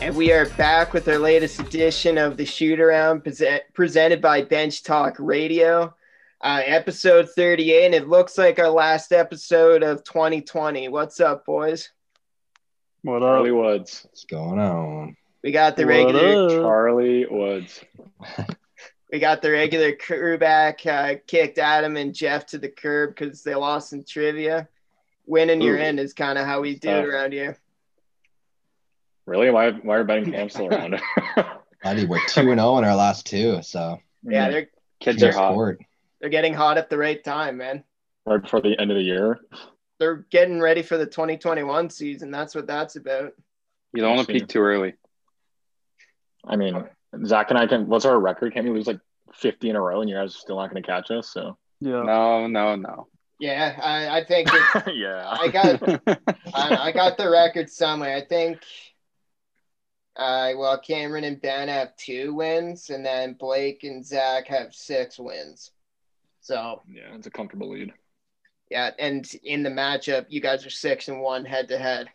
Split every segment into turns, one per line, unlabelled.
And we are back with our latest edition of the Shoot Around present, presented by Bench Talk Radio, uh, episode 38. And it looks like our last episode of 2020. What's up, boys?
What up?
Charlie Woods.
What's going on?
We got the
What
regular.
up?
Charlie Woods.
We got the regular crew back. Uh, kicked Adam and Jeff to the curb because they lost in trivia. Winning your
Ooh.
end is kind of how we do it
Tough.
around here.
Really? Why, why are betting camps still around?
I mean, we're two and zero in our last two, so
Mm-hmm.
Yeah, they're
kids
team
are hot.
sport.
they're getting hot at the right time, man.
Right before the end of the year.
They're getting ready for the 2021 season. That's what that's about.
You don't want to
Yes,
peak too early.
I mean, Zach and I can. What's our record? Can't we lose like 50 in a row and you guys are still not going to catch us? So,
Yeah.
No, no, no.
Yeah, I, I think it,
yeah.
I got I, I got the record somewhere. I think. Uh, well, Cameron and Ben have two wins, and then Blake and Zach have six wins. So
yeah, it's a comfortable lead.
yeah, and in the matchup, you guys are six and one head to head.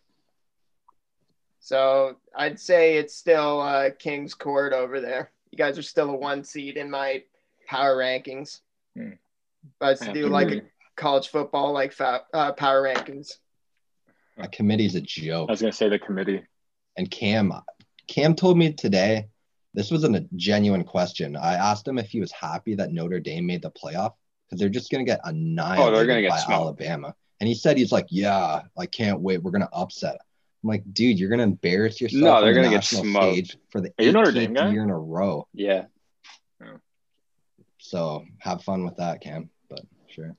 So I'd say it's still uh, King's Court over there. You guys are still a one seed in my power rankings.
Hmm.
But it's
I have
do
to
like
agree.
a college football, like fa- uh, power rankings.
That committee's a
I
joke.
was going to say the committee.
And Cam, Cam told me today, this wasn't a genuine question. I asked him if he was happy that Notre Dame made the playoff because they're just gonna get annihilated
Oh,
gonna get
by
smoked.
Alabama. And he said he's like, yeah, I can't wait. We're gonna upset. I'm like, dude, you're gonna embarrass yourself.
No,
on
they're
the
gonna get
national
smoked.
stage for the
Are you a Notre Dame
18th
guy?
year in a row.
yeah.
So have fun with that, Cam. But sure.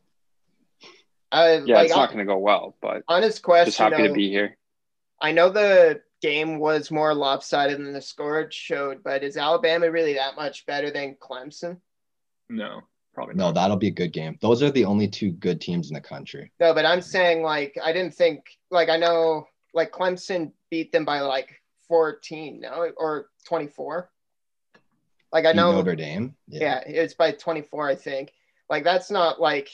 Uh,
Yeah,
like,
it's not going to go well, but
honest question.
just happy
though,
to be here.
I know the game was more lopsided than the score showed, but is Alabama really that much better than Clemson?
No, probably
No,
not.
that'll be a good game. Those are the only two good teams in the country.
No, but I'm saying like I didn't think like I know like Clemson beat them by like 14, no, or 24. Like I
Beat
know
Notre Dame.
yeah, it's by 24, I think. Like that's not like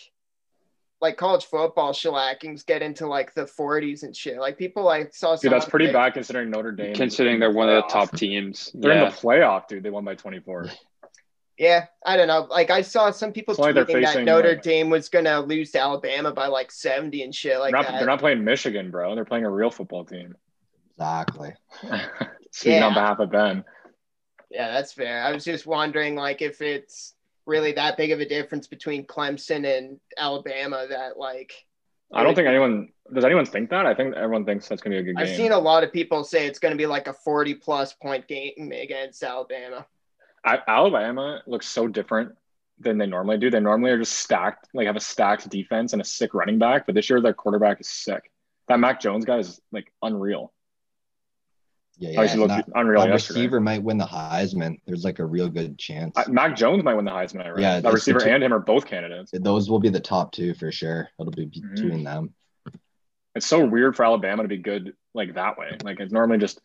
like college football shellackings get into like the 40s and shit. Like people like saw
Dude, that's
someone
pretty
pick-
bad considering Notre Dame. is
Considering
in
they're one of the
playoff.
top teams.
They're in
yeah.
the playoff, dude. They won by 24.
Yeah, I don't know. Like I saw some people
That's why they're
tweeting that
facing,
Notre
like-
Dame was gonna lose to Alabama by like seventy and shit like
they're, not,
that.
they're not playing Michigan, bro. They're playing a real football team.
Exactly.
Speaking
Yeah.
on behalf of Ben.
Yeah, that's fair. I was just wondering like if it's really that big of a difference between Clemson and Alabama that like
I don't think anyone does. Anyone think that? I think everyone thinks that's gonna be a good game.
I've seen a lot of people say it's gonna be like a forty plus point game against Alabama.
I- Alabama looks so different than they normally do. They normally are just stacked, like have a stacked defense and a sick running back. But this year, their quarterback is sick. That Mac Jones guy is like unreal.
Yeah,
Yeah,
yeah.
Obviously,
and
looked
that-
unreal
that
yesterday.
receiver might win the Heisman. There's like a real good chance.
I- Mac Jones might win the Heisman. Right?
Yeah,
Yeah, that
that's
receiver
the two-
and him are both candidates.
Those will be the top two for sure. It'll be
Mm-hmm.
Mhm.
between them.
It's so weird for Alabama to be good like that way. Like it's normally just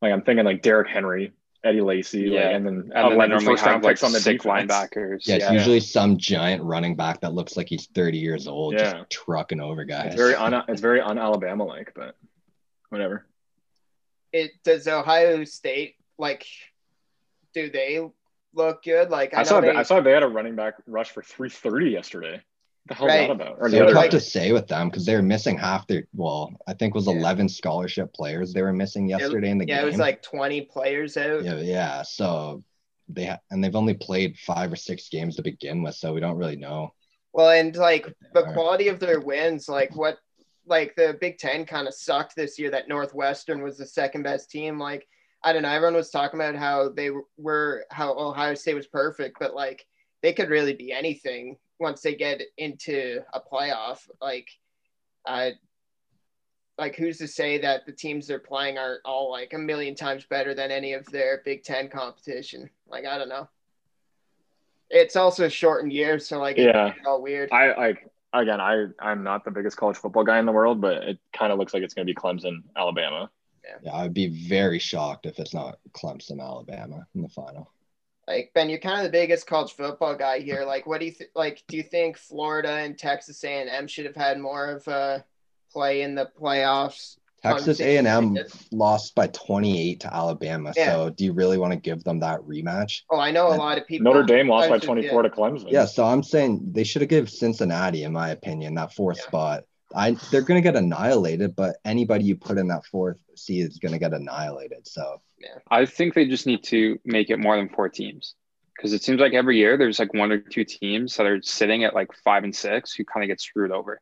like I'm thinking like Derrick Henry, Eddie Lacy,
Yeah.
like, and then
And then
like,
they normally
first down
have like
picks on the
six
defense.
linebackers.
Yeah, it's
Yeah.
usually some giant running back that looks like he's 30 years old,
Yeah.
just trucking over guys.
It's very un it's very un Alabama like, but whatever.
It does Ohio State like do they look good? Like I,
I
know
saw
they,
that, I saw they had a running back rush for 330 yesterday. What the hell's
Right.
that about? Or the
so tough
other
like-
to say with them because they're missing half their. Well, I think it was
Yeah.
11 scholarship players they were missing yesterday in the
yeah,
game.
it was like twenty players out.
yeah, yeah. So they ha- and they've only played five or six games to begin with, so we don't really know.
Well, and like the
Alright.
quality of their wins, like what, like the Big Ten kind of sucked this year. That Northwestern was the second best team. Like I don't know, everyone was talking about how they were, how Ohio State was perfect, but like they could really be anything once they get into a playoff. Like, I, like who's to say that the teams they're playing are all like a million times better than any of their Big Ten competition? Like I don't know. It's also a shortened year, so like it
Yeah.
all weird.
I like again, I I'm not the biggest college football guy in the world, but it kind of looks like it's going to be Clemson, Alabama.
Yeah, I would be very shocked if it's not Clemson, Alabama in the final.
Like Ben, you're kind of the biggest college football guy here. Like, what do you th- like? Do you think Florida and Texas A&M should have had more of a play in the playoffs
Texas
on-
A&M lost by 28 to Alabama.
Yeah.
So do you really want to give them that rematch?
Oh, I know a lot of people.
Notre Dame lost
I
by
was just-
24 to Clemson.
Yeah, so I'm saying they should have given Cincinnati, in my opinion, that fourth
Yeah.
spot. I they're gonna get annihilated, but anybody you put in that fourth seed is gonna get annihilated. So
I think they just need to make it more than four teams because it seems like every year there's like one or two teams that are sitting at like five and six who kind of get screwed over.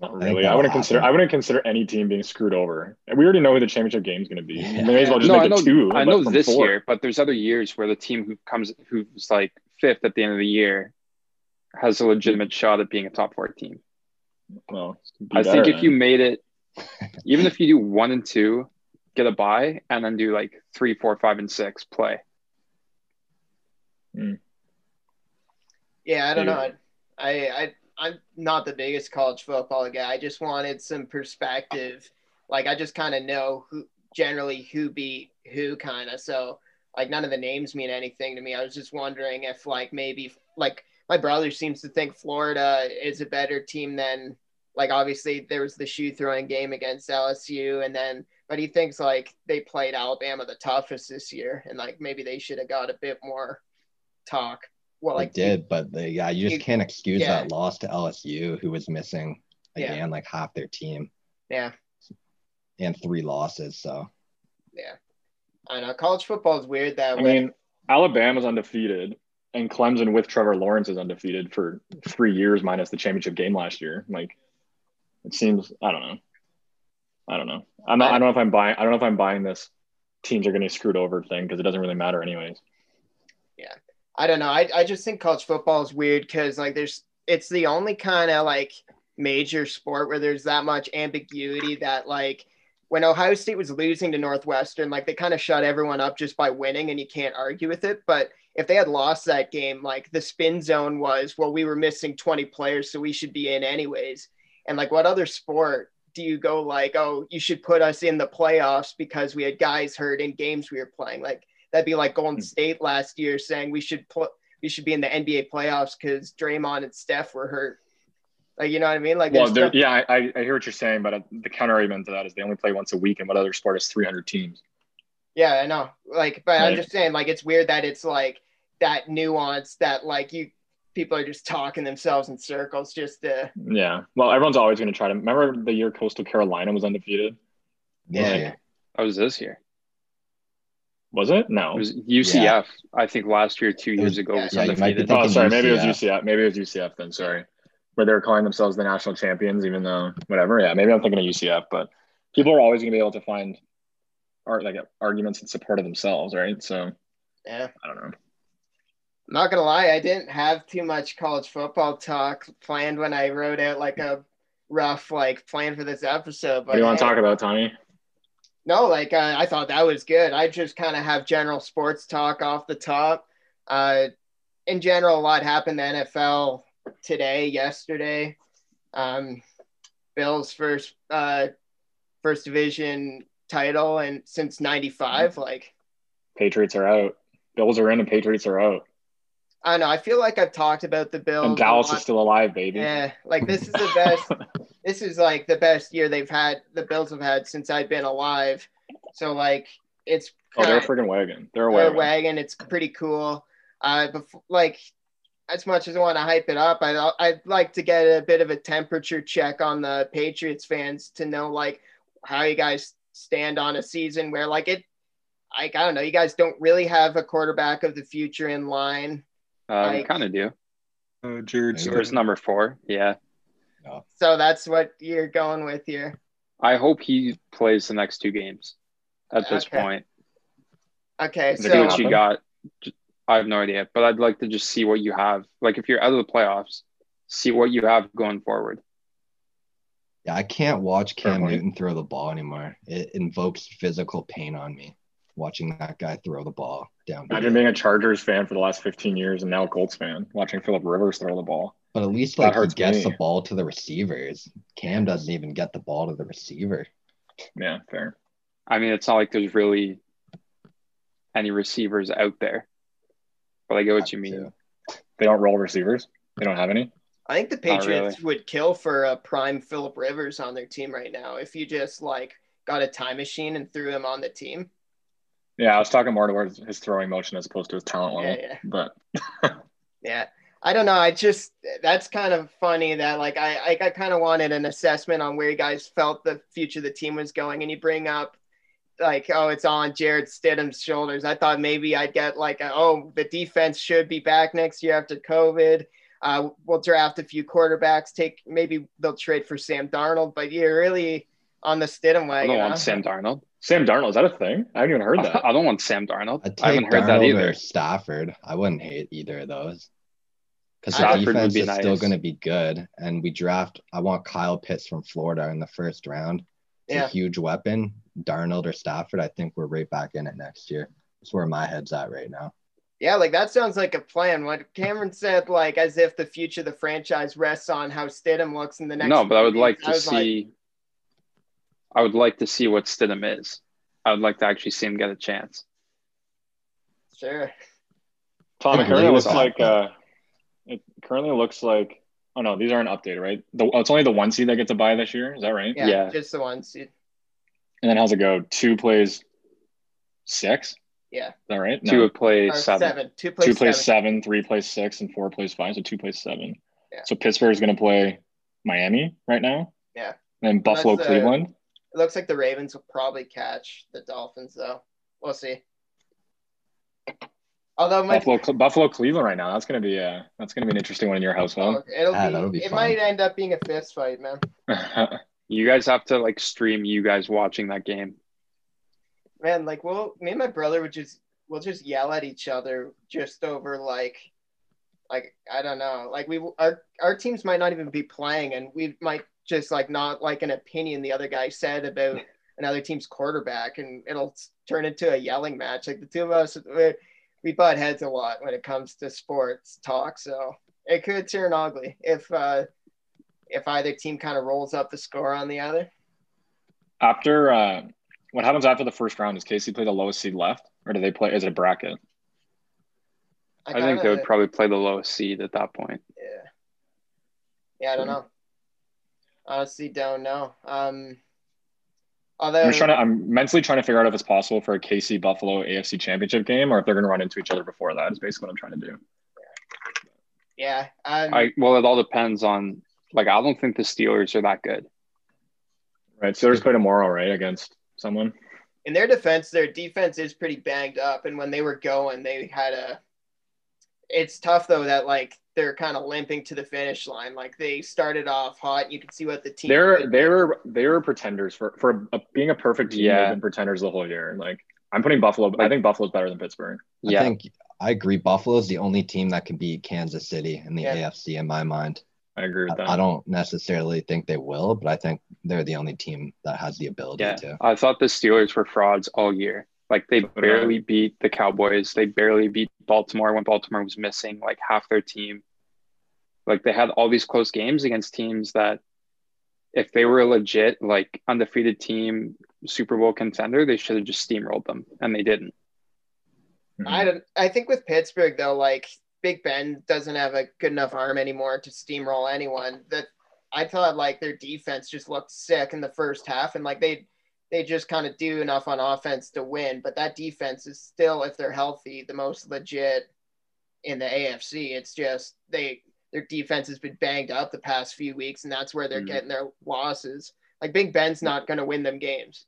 Not
think
really. I
that'll
wouldn't consider.
happen.
I wouldn't consider any team being screwed over. And we already know who the championship game's going to be.
Yeah.
You may as well just
no,
make
I know,
it two.
I
but
know
from
this
four.
year, but there's other years where the team who comes who's like fifth at the end of the year has a legitimate shot at being a top four team.
Well, be
I
better,
think if
man.
you made it, even if you do one and two, get a bye, and then do like three, four, five, and six play.
Yeah, I don't
Yeah.
know. I, I I'm not the biggest college football guy. I just wanted some perspective. Like I just kind of know who generally who beat who kind of. So like none of the names mean anything to me. I was just wondering if like maybe like my brother seems to think Florida is a better team than like obviously there was the shoe throwing game against LSU and then but he thinks like they played Alabama the toughest this year and like maybe they should have got a bit more talk. Well,
like
like
did, but they, yeah, you just
you-
can't excuse
yeah.
that loss to LSU, who was missing
Yeah.
again like half their team
yeah.
and three losses. So
I know college football is weird that
I
way.
mean, Alabama's undefeated, and Clemson with Trevor Lawrence is undefeated for three years minus the championship game last year. Like, it seems I don't know. I don't know. I'm not. I don't know if I'm buying. I don't know if I'm buying this. Teams are going to be screwed over thing because it doesn't really matter anyways.
I don't know. I, I just think college football is weird because like there's it's the only kind of like major sport where there's that much ambiguity that like when Ohio State was losing to Northwestern, like they kind of shut everyone up just by winning and you can't argue with it. But if they had lost that game, like the spin zone was, well, we were missing 20 players, so we should be in anyways. And like what other sport do you go like, oh, you should put us in the playoffs because we had guys hurt in games we were playing? Like That'd be like Golden
Hmm.
State last year saying we should pl- we should be in the NBA playoffs because Draymond and Steph were hurt. Like you know what I mean? Like
Well,
there's
there-
no-
yeah, I, I- I hear what you're saying, but uh, the counter argument to that is they only play once a week, and what other sport is 300 teams?
yeah, I know. Like, but I'm
Right.
just saying, like it's weird that it's like that nuance that like you people are just talking themselves in circles just to
Yeah. Well, everyone's always going to try to remember the year Coastal Carolina was undefeated.
this
Right.
year,
That was this year.
Was it?
It
No.
was UCF. I think last year, two years
Oh, was-
ago,
yeah,
was
yeah, you might be
undefeated.
thinking
oh, sorry. Maybe it was
UCF.
UCF. Maybe it was UCF then. Sorry. Where they were calling themselves the national champions, even though whatever. Yeah. Maybe I'm thinking of UCF, but people are always going to be able to find art like arguments in support of themselves, right? So
yeah.
I don't know.
I'm not gonna lie, I didn't have too much college football talk planned when I wrote out like a rough like plan for this episode. But
What do you want
hey,
to talk about, Tommy?
No, like uh, I thought that was good. I just kind of have general sports talk off the top. Uh, in general, a lot happened in the NFL today, yesterday. Um, Bills first uh, first division title and since '95.
Mm-hmm.
Like
Patriots are out. Bills are in, and Patriots are out.
I don't know. I feel like I've talked about the Bills.
And Dallas
a lot.
is still alive, baby.
yeah. Like this is the best. this is like the best year they've had. The Bills have had since I've been alive. So like it's
Oh, they're a
kinda-
freaking wagon. They're a
They're
wagon.
a wagon. It's pretty cool. Uh, before, like as much as I want to hype it up, I I'd like to get a bit of a temperature check on the Patriots fans to know like how you guys stand on a season where like it, like I don't know, you guys don't really have a quarterback of the future in line.
Uh, we
Like-
kind of do.
Oh, Jared
Maybe.
So
Stidham.
it's number four. Yeah.
So that's what you're going with here.
I hope he plays the next two games at this
Okay.
point.
Okay,
Is it
See
gonna
so
what you got. J- I have no idea, but I'd like to just see what you have. Like if you're out of the playoffs, see what you have going forward.
yeah, I can't watch Cam
point.
Newton throw the ball anymore. It invokes physical pain on me watching that guy throw the ball down.
Imagine being a Chargers fan for the last 15 years and now a Colts fan watching Philip Rivers throw the ball.
But at least
That
like he
hurts
gets
me.
the ball to the receivers. Cam doesn't even get the ball to the receiver.
Yeah, fair.
I mean, it's not like there's really any receivers out there, but I get what you mean.
They don't roll receivers. They don't have any.
I think the
Not
Patriots would kill for a prime Philip Rivers on their team right now if you just like got a time machine and threw him on the team.
Yeah, I was talking more towards his throwing motion as opposed to his talent level.
Yeah, yeah.
But
Yeah. I don't know. I just that's kind of funny that like I I, I kind of wanted an assessment on where you guys felt the future of the team was going, and you bring up like oh it's on Jared Stidham's shoulders. I thought maybe I'd get like a, oh the defense should be back next year after COVID. Uh, we'll draft a few quarterbacks. Take maybe they'll trade for Sam Darnold, but you're really on the Stidham
I
wagon.
don't
huh?
want Sam Darnold.
Sam Darnold, is that a thing? I haven't even heard that.
I don't want Sam Darnold.
I'd take
I haven't heard
Darnold
that
or
either.
Stafford. I wouldn't hate either of those. Because the
Stafford would
defense
be
is still
nice.
going to be good. And we draft, I want Kyle Pitts from Florida in the first round. It's a
Yeah.
huge weapon. Darnold or Stafford, I think we're right back in it next year. That's where my head's at right now.
Yeah, like that sounds like a plan. What Cameron said, like as if the future of the franchise rests on how Stidham looks in the next.
No, but I would
few
like
weeks.
to
was
see. I would like to see what Stidham is. I would like to actually see him get a chance.
sure.
Tom,
Yeah,
it currently
he
looks
was
like
awful.
uh, it currently looks like. Oh no, these aren't updated, right? The, oh, it's only the one seed that gets a buy this year. Is that right?
Yeah,
Yeah.
just the one seed.
And then how's it go? Two plays six.
Yeah.
Is that right?
Two
No.
would play
Or
seven.
Two plays
two plays
seven.
seven. three plays six, and four plays five. So two plays seven.
Yeah.
So Pittsburgh is going to play Miami right now.
Yeah.
And then Buffalo,
Unless, uh,
Cleveland.
It looks like the Ravens will probably catch the Dolphins, though. We'll see. Although it might,
Buffalo, Cle- Buffalo, Cleveland right now. That's going to be uh, that's going to be an interesting one in your house, Will.
it'll
Ah,
be,
that'll be
it
fun.
might end up being a fist fight, man.
You guys have to like stream you guys watching that game.
Man, like we'll me and my brother would just we'll just yell at each other just over like like I don't know. Like we our our teams might not even be playing and we might just like not like an opinion the other guy said about another team's quarterback and it'll s- turn into a yelling match. Like the two of us we, we butt heads a lot when it comes to sports talk, so it could turn ugly if uh if either team kind of rolls up the score on the other.
after uh, what happens after the first round? Does KC play the lowest seed left, or do they play? Is it a bracket?
I, think they
kinda-
would probably play the lowest seed at that point.
Yeah. Yeah, I
Hmm.
don't know. Honestly, don't know. Um, although
I'm just trying to. I'm mentally trying to figure out if it's possible for a KC Buffalo AFC Championship game, or if they're going to run into each other before that. Is basically what I'm trying to do.
yeah, um,
I well, it all depends on like I don't think the Steelers are that good.
Right. Steelers play tomorrow, right, against someone.
in their defense, their defense is pretty banged up, and when they were going, they had a. It's tough though that like they're kind of limping to the finish line. Like they started off hot, and you can see what the team.
They're they're they're pretenders for for a, being a perfect team.
Yeah.
They've been pretenders the whole year. Like I'm putting Buffalo. I think Buffalo's better than Pittsburgh.
I
Yeah,
think I agree. Buffalo's the only team that can beat Kansas City in the
Yeah.
AFC in my mind.
I agree with that.
I, I don't necessarily think they will, but I think they're the only team that has the ability
yeah.
to.
I thought the Steelers were frauds all year. Like they barely beat the Cowboys. They barely beat Baltimore when Baltimore was missing like half their team. Like they had all these close games against teams that if they were a legit like undefeated team Super Bowl contender, they should have just steamrolled them and they didn't.
I don't. I think with Pittsburgh though, like Big Ben doesn't have a good enough arm anymore to steamroll anyone. That I thought like their defense just looked sick in the first half, and like they they just kind of do enough on offense to win. But that defense is still, if they're healthy, the most legit in the AFC. It's just they their defense has been banged up the past few weeks, and that's where they're
Mhm.
getting their losses. Like Big Ben's not going to win them games.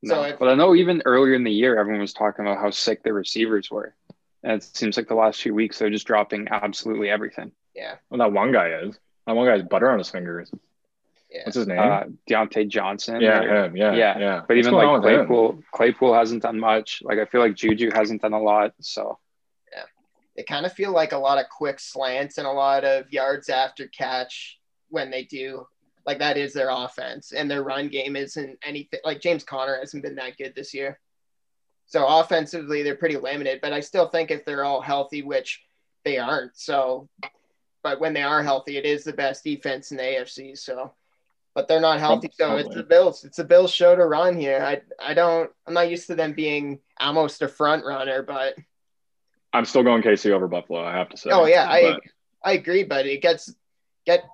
No.
So if-
but I know even earlier in the year, everyone was talking about how sick their receivers were. And it seems like the last few weeks, they're just dropping absolutely everything.
Yeah,
Well, that one guy is. That one guy's butter on his fingers.
yeah.
What's his name?
Uh, Deontay Johnson.
yeah,
or-
him. Yeah,
yeah.
yeah.
But
What's
even
going
like
on with him?
Claypool, Claypool hasn't done much. Like I feel like Juju hasn't done a lot. So
they kind of feel like a lot of quick slants and a lot of yards after catch when they do. Like that is their offense, and their run game isn't anything. Like James Conner hasn't been that good this year, so offensively they're pretty limited. But I still think if they're all healthy, which they aren't, so but when they are healthy, it is the best defense in the AFC. So, but they're not healthy, so it's the Bills. It's the Bills show to run here. I I don't. I'm not used to them being almost a front runner, but
I'm still going KC over Buffalo. I have to say.
Oh, yeah, I-
But
I agree, but it gets get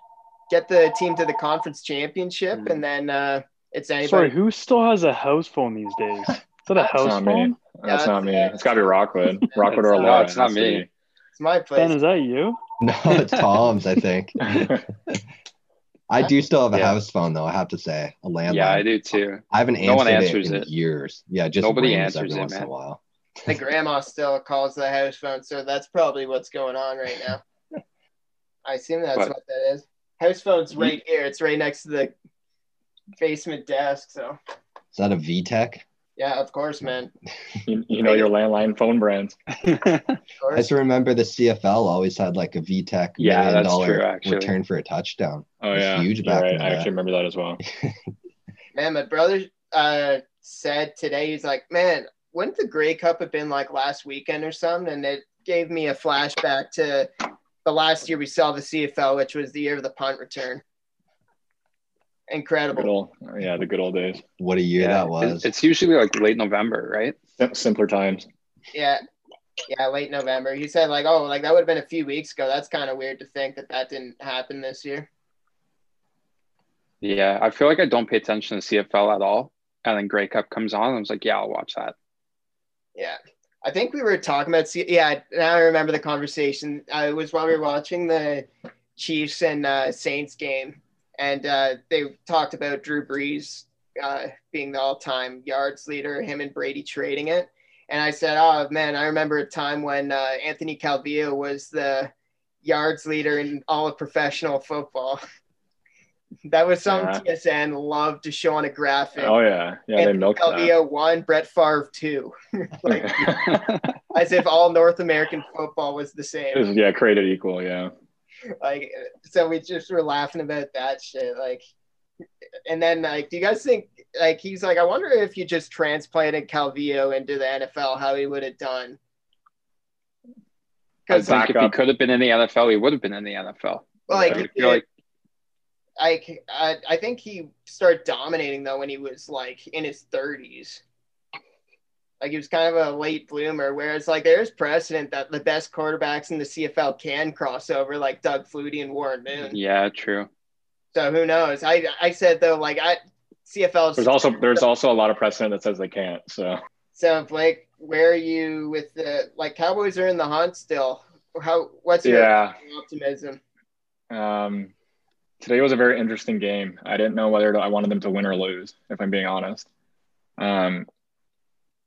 get the team to the conference championship,
Mhm.
and then uh, It's anybody.
Mm-hmm. Sorry, who still has a house phone these days? Is that a house
not me.
phone?
That's not me. It's got to be Rockwood. Rockwood
It's
or
not-
Aurora.
it's not
It has to
me.
It's my
Ben,
place.
is that you?
No, it's Tom's, I think.
be.
I do still have a
Yeah.
house phone though. I have to say a landline.
yeah, I do too.
I haven't answered
No one
answers
answers
it in
it.
years. Yeah, it just
Nobody
rings
answers
every
it,
once in a
man.
while.
The grandma still calls the house phone, so that's probably what's going on right now. I assume that's
But-
what that is. House phone's right here. It's right next to the basement desk. So
Is that a VTech?
yeah, of course, man.
you, you know your landline phone brands.
Of
I
course.
just remember the CFL always had like a VTech
Yeah,
million
that's
dollar
true, actually.
return for a touchdown.
Oh
It's
yeah,
huge
You're
back
right.
in the
I
day.
actually remember that as well.
Man, my brother uh, said today, he's like, man, wouldn't the Grey Cup have been like last weekend or something? And it gave me a flashback to the last year we saw the CFL, which was the year of the punt return.
Good
Incredible.
old, yeah, the good old days.
What a year
yeah,
that
it-
was.
It's usually like late November, right?
Sim- Simpler times.
Yeah. Yeah, late November. He said, like, oh, like that would have been a few weeks ago. That's kind of weird to think that that didn't happen this year.
Yeah, I feel like I don't pay attention to CFL at all, and then Grey Cup comes on, and I was like, yeah, I'll watch that.
Yeah. I think we were talking about, see, yeah, now I remember the conversation. Uh, it was while we were watching the Chiefs and uh, Saints game, and uh, they talked about Drew Brees uh, being the all time yards leader, him and Brady trading it. And I said, oh, man, I remember a time when uh, Anthony Calvillo was the yards leader in all of professional football. that was something TSN loved to show on a graphic.
Oh yeah, yeah, they
Anthony
milked that.
Calvillo one, Brett Favre two as if all North American football was the
It
same.
Mm-hmm.
was, yeah, created equal. Yeah,
Like, so we just were laughing about that shit. Like, and then like, do you guys think like he's like, I wonder if you just transplanted Calvillo into the NFL, how he would have done?
I
Because
think if he
backup.
could have been in the NFL, he would have been in the NFL.
like,
I
I,
feel like
like I, I think he started dominating though when he was like in his thirties. Like he was kind of a late bloomer, whereas like there's precedent that the best quarterbacks in the CFL can cross over, like Doug Flutie and Warren Moon.
Mm-hmm.
yeah, true.
So who knows? I I said though, like I CFL.
there's also there's also a lot of precedent that says they can't. So
so Blake, where are you with the like Cowboys are in the hunt still? How what's your
yeah,
optimism?
Um, today was a very interesting game. I didn't know whether I wanted them to win or lose, if I'm being honest. Um,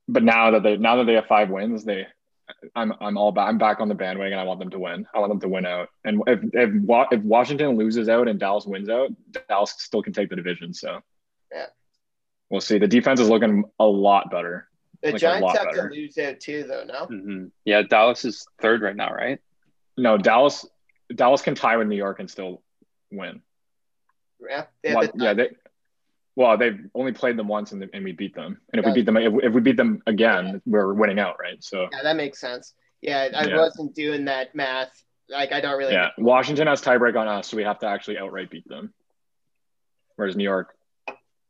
but now that they now that they have five wins, they I'm I'm all back. I'm back on the bandwagon. I want them to win. I want them to win out. And if if, Wa- if Washington loses out and Dallas wins out, Dallas still can take the division. So
Yeah.
we'll see. The defense is looking a lot better.
The
Like a
Giants
lot
have
better. Hmm.
to lose out too, though. No,
Mhm. Yeah, Dallas is third right now, right?
No, Dallas Dallas can tie with New York and still win.
yeah, they have
Well,
the-
yeah, they. Well, they've only played them once, and, and we beat them. And if
Yeah.
we beat them, if, if we beat them again, we're winning out, right? So
yeah, that makes sense. Yeah, I
Yeah.
wasn't doing that math. Like I don't really.
yeah, Washington has tiebreak on us, so we have to actually outright beat them. Whereas New York,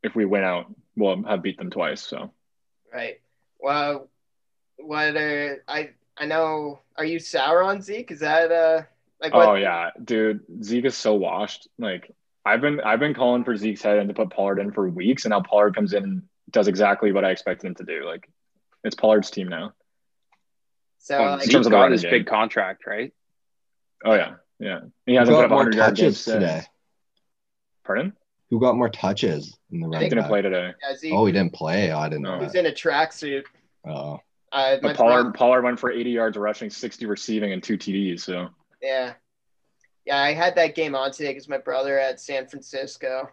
if we win out, we'll have beat them twice. So
Right. Well, what are I? I know. Are you sour on Zeke? Is that uh like what?
oh yeah, dude, Zeke is so washed. Like I've been I've been calling for Zeke's head and to put Pollard in for weeks, and now Pollard comes in and does exactly what I expected him to do. Like it's Pollard's team now.
so
Well,
like,
Zeke- terms
Zeke
of the
got
running
his
game.
big contract, right?
Oh yeah, yeah. He
Who
hasn't put
got
up
more
100 yard
touches
games
today?
since. uh, Pardon?
Who got more touches in the
I
running
think
Didn't
back?
play today.
yeah, Zeke
Oh, he didn't play. Oh, I didn't know.
No.
was in a tracksuit.
that. Oh,
Uh, my
But Pollard
brother-
Pollard went for 80 yards rushing, 60 receiving, and two TDs. So
yeah, yeah. I had that game on today because my brother at San Francisco,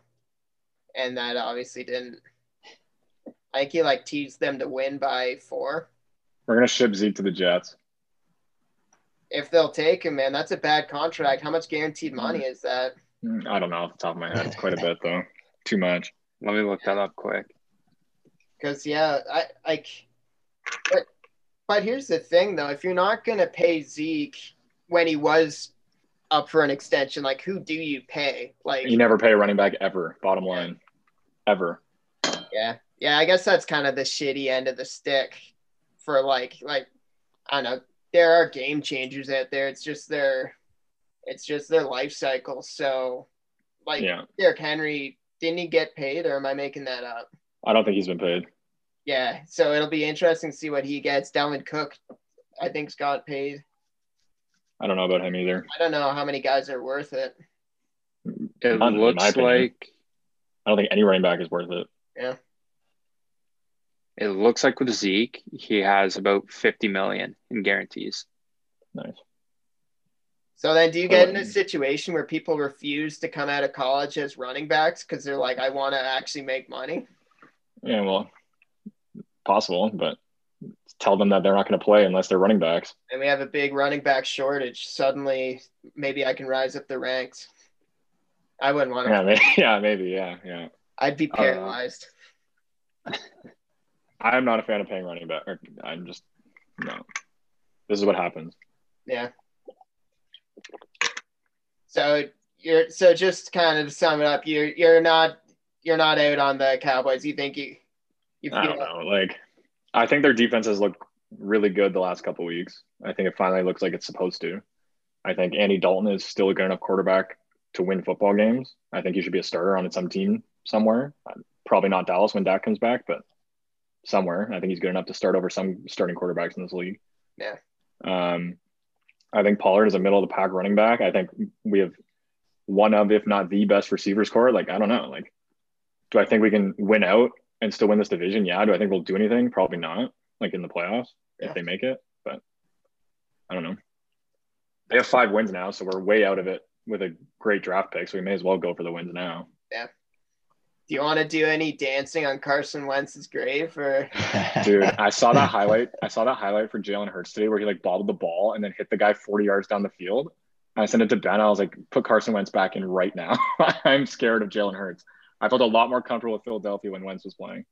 and that obviously didn't. I think he like teased them to win by four.
we're gonna ship Zeke to the Jets.
If they'll take him, man, that's a bad contract. How much guaranteed money is that?
Mm, I don't know off the top of my head. It's quite a bit though. Too much.
Let me look that up quick.
Because yeah, I like, but but here's the thing though: if you're not gonna pay Zeke when he was up for an extension, like who do you pay? Like
You never pay a running back ever. Bottom line, ever.
Yeah. Yeah, I guess that's kind of the shitty end of the stick for like like I don't know. There are game changers out there. It's just their it's just their life cycle. So like
Yeah.
Derrick Henry Didn't he get paid, or am I making that up?
I don't think he's been paid.
Yeah, so it'll be interesting to see what he gets. Dalvin Cook, I think's got paid.
I don't know about him either.
I don't know how many guys are worth it.
It
Not in my
looks
opinion.
like
I don't think any running back is worth it.
it looks like with Zeke, he has about 50 million in guarantees.
Nice.
So then, do you get in a
Totally.
situation where people refuse to come out of college as running backs because they're like, I want to actually make money?
Yeah, well, possible, but tell them that they're not going to play unless they're running backs.
And we have a big running back shortage. Suddenly, maybe I can rise up the ranks. I wouldn't want to.
Yeah, Uh, maybe, yeah, maybe, yeah, yeah.
I'd be
I don't know.
paralyzed.
I'm not a fan of paying running back. Or I'm just no. This is what happens.
Yeah. So you're so just kind of sum it up. You're you're not you're not out on the Cowboys. You think you you
I
feel
don't know. Like, I think their defense has looked really good the last couple weeks. I think it finally looks like it's supposed to. I think Andy Dalton is still a good enough quarterback to win football games. I think he should be a starter on some team somewhere. Probably not Dallas when Dak comes back, but somewhere. I think he's good enough to start over some starting quarterbacks in this league.
Yeah.
Um, I think Pollard is a middle of the pack running back. I think we have one of, if not the best receivers core. Like, I don't know. Like, do I think we can win out and still win this division? Yeah. Do I think we'll do anything? Probably not. Like in the playoffs
Yeah.
if they make it. But I don't know. They have five wins now, so we're way out of it with a great draft pick. So we may as well go for the wins now.
do you want to do any dancing on Carson Wentz's grave or
Dude, I saw that highlight. I saw that highlight for Jalen Hurts today where he like bobbled the ball and then hit the guy 40 yards down the field. I sent it to Ben. I was like, put Carson Wentz back in right now. I'm scared of Jalen Hurts. I felt a lot more comfortable with Philadelphia when Wentz was playing.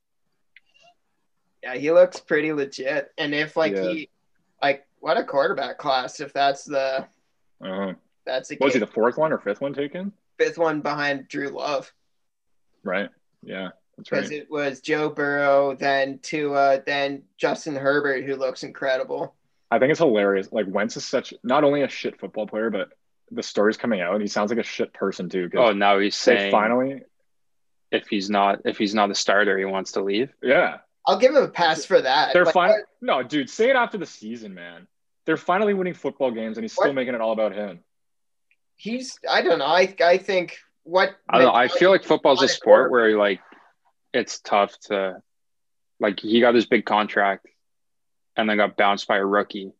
yeah, he looks pretty legit. And if like
Yeah.
he like what a quarterback class if that's the
Uh,
that's the,
what was he
case.
the fourth one or fifth one taken?
fifth one behind Drew Love.
Right. Yeah, that's
Because
right.
it was Joe Burrow, then Tua, then Justin Herbert, who looks incredible.
I think it's hilarious. Like Wentz is such not only a shit football player, but the story's coming out. He sounds like a shit person too. 'cause
Oh, now he's
they
saying
finally,
if he's not if he's not a starter, he wants to leave.
yeah.
I'll give him a pass for that.
They're
Like,
fine. No, dude, say it after the season, man. They're finally winning football games, and he's still
What?
making it all about him.
He's I don't know. I I think what
I don't know. I feel like football's a
Not a
sport where like it's tough to like he got his big contract and then got bounced by a rookie.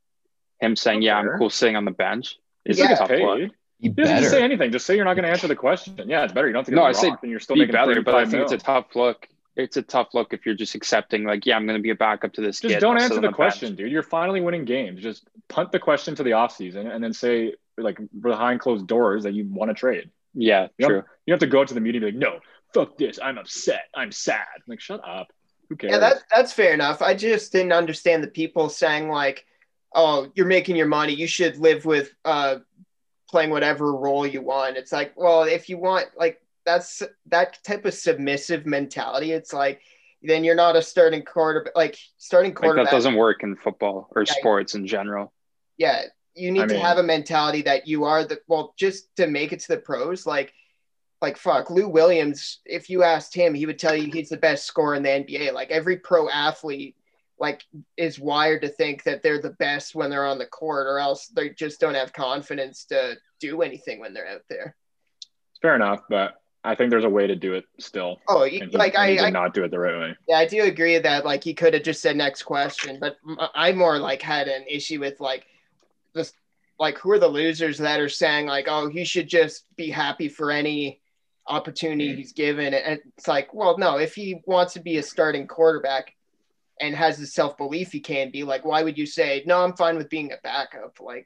Him saying, Yeah, I'm
Fair.
cool sitting on the bench.
He's
is
Yeah.
a
yeah.
tough look.
paid.
you
He doesn't
better.
just say anything. Just say you're not going to answer the question. Yeah, it's better. You don't have to get
No,
the
I say
rock, and you're still
be
making
better, but I
35
think it's a
mil.
tough look. It's a tough look if you're just accepting, like, yeah, I'm going to be a backup to this
Just
kid.
don't
I'll sit
answer
on
the
bench.
question, dude. You're finally winning games. Just punt the question to the offseason and then say, like, behind closed doors that you want to trade.
Yeah,
You
true.
don't, you don't have to go out to the media and be like, no, fuck this. I'm upset. I'm sad. like, shut up. Who cares?
Yeah, that's that's fair enough. I just didn't understand the people saying like, "Oh, you're making your money. You should live with uh, playing whatever role you want." It's like, well, if you want, like, that's that type of submissive mentality. It's like, then you're not a starting quarterback. Like starting
Like
quarterback.
that doesn't work in football or
Yeah.
sports in general.
yeah, you need
I
to
mean-
have a mentality that you are the well, just to make it to the pros. Like, like fuck, Lou Williams. If you asked him, he would tell you he's the best scorer in the NBA. Like every pro athlete, like is wired to think that they're the best when they're on the court, or else they just don't have confidence to do anything when they're out there.
Fair enough, but I think there's a way to do it still.
Oh, you,
And he,
like
and he
I,
did
I
not do it the right way.
Yeah, I do agree that like he could have just said next question, but m- uh, I more like had an issue with like this, like who are the losers that are saying like, oh, he should just be happy for any opportunity he's given, and it's like, well, no, if he wants to be a starting quarterback and has the self belief he can be, like, why would you say no? I'm fine with being a backup. Like,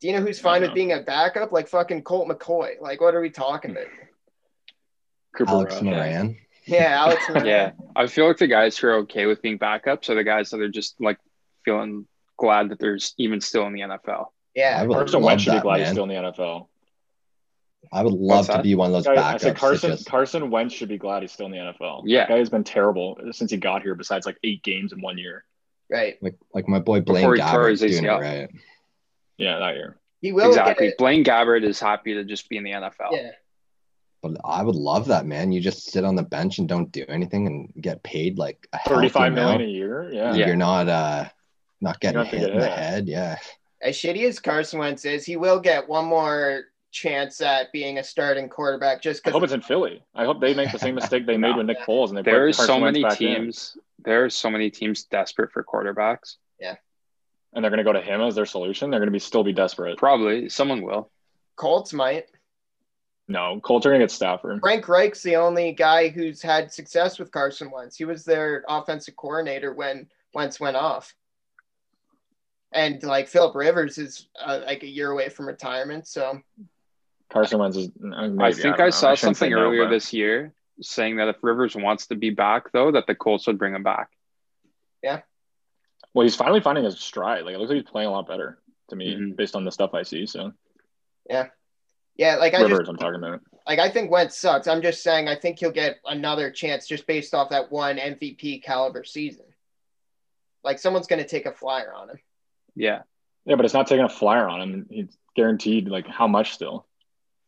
do you know who's
I
fine with
know.
being a backup? Like fucking Colt McCoy. Like, what are we talking about?
Cooper
Alex
Rush.
Moran.
Yeah, Alex.
Yeah, I feel like the guys who are okay with being backups are the guys that are just like feeling glad that there's even still in the NFL.
yeah.
I would
Carson
love
Wentz should be
that,
glad he's
man.
still in the NFL.
I would love
What's
to
that?
be one of those
Guy-
backups.
I said
that
Carson
just-
Carson Wentz should be glad he's still in the NFL.
Yeah.
That guy has been terrible since he got here, besides like eight games in one year.
Right.
like, like my boy Blaine
Before he tore
Gabbert
his
doing it
ACL.
right.
Yeah, that year.
He will get
exactly.
it.
Blaine Gabbert is happy to just be in the NFL.
Yeah.
But I would love that, man. You just sit on the bench and don't do anything and get paid like a healthy
35 million
amount.
a year. Yeah.
And
Yeah.
You're not uh not getting
not
hit
gonna
in the
get hit.
head. Yeah.
As shitty as Carson Wentz is, he will get one more chance at being a starting quarterback just
I hope
because
it's in Philly. I hope they make the same mistake they made with Nick Foles and they
there
put
are so
Carson Wentz
many
back in.
teams. There are so many teams desperate for quarterbacks.
and they're going to go to him as their solution. They're going to be still be desperate.
Probably someone will.
Colts might.
No, Colts are going to get Stafford.
Frank Reich's the only guy who's had success with Carson Wentz. He was their offensive coordinator when Wentz went off. And like Philip Rivers is uh, like a year away from retirement, so
Carson Wentz is. uh, Maybe,
I think
don't
I,
know.
saw
shouldn't say
something
no,
earlier
but-
this year saying that if Rivers wants to be back, though, that the Colts would bring him back.
Well, he's finally finding his stride. Like it looks like he's playing a lot better to me
Mhm.
based on the stuff I see. So
yeah, like I
Rivers,
just
I'm talking about.
like I think Wentz sucks. I'm just saying I think he'll get another chance just based off that one MVP caliber season. Like someone's going to take a flyer on him.
Yeah,
Yeah, but it's not taking a flyer on him. He's guaranteed like how much still.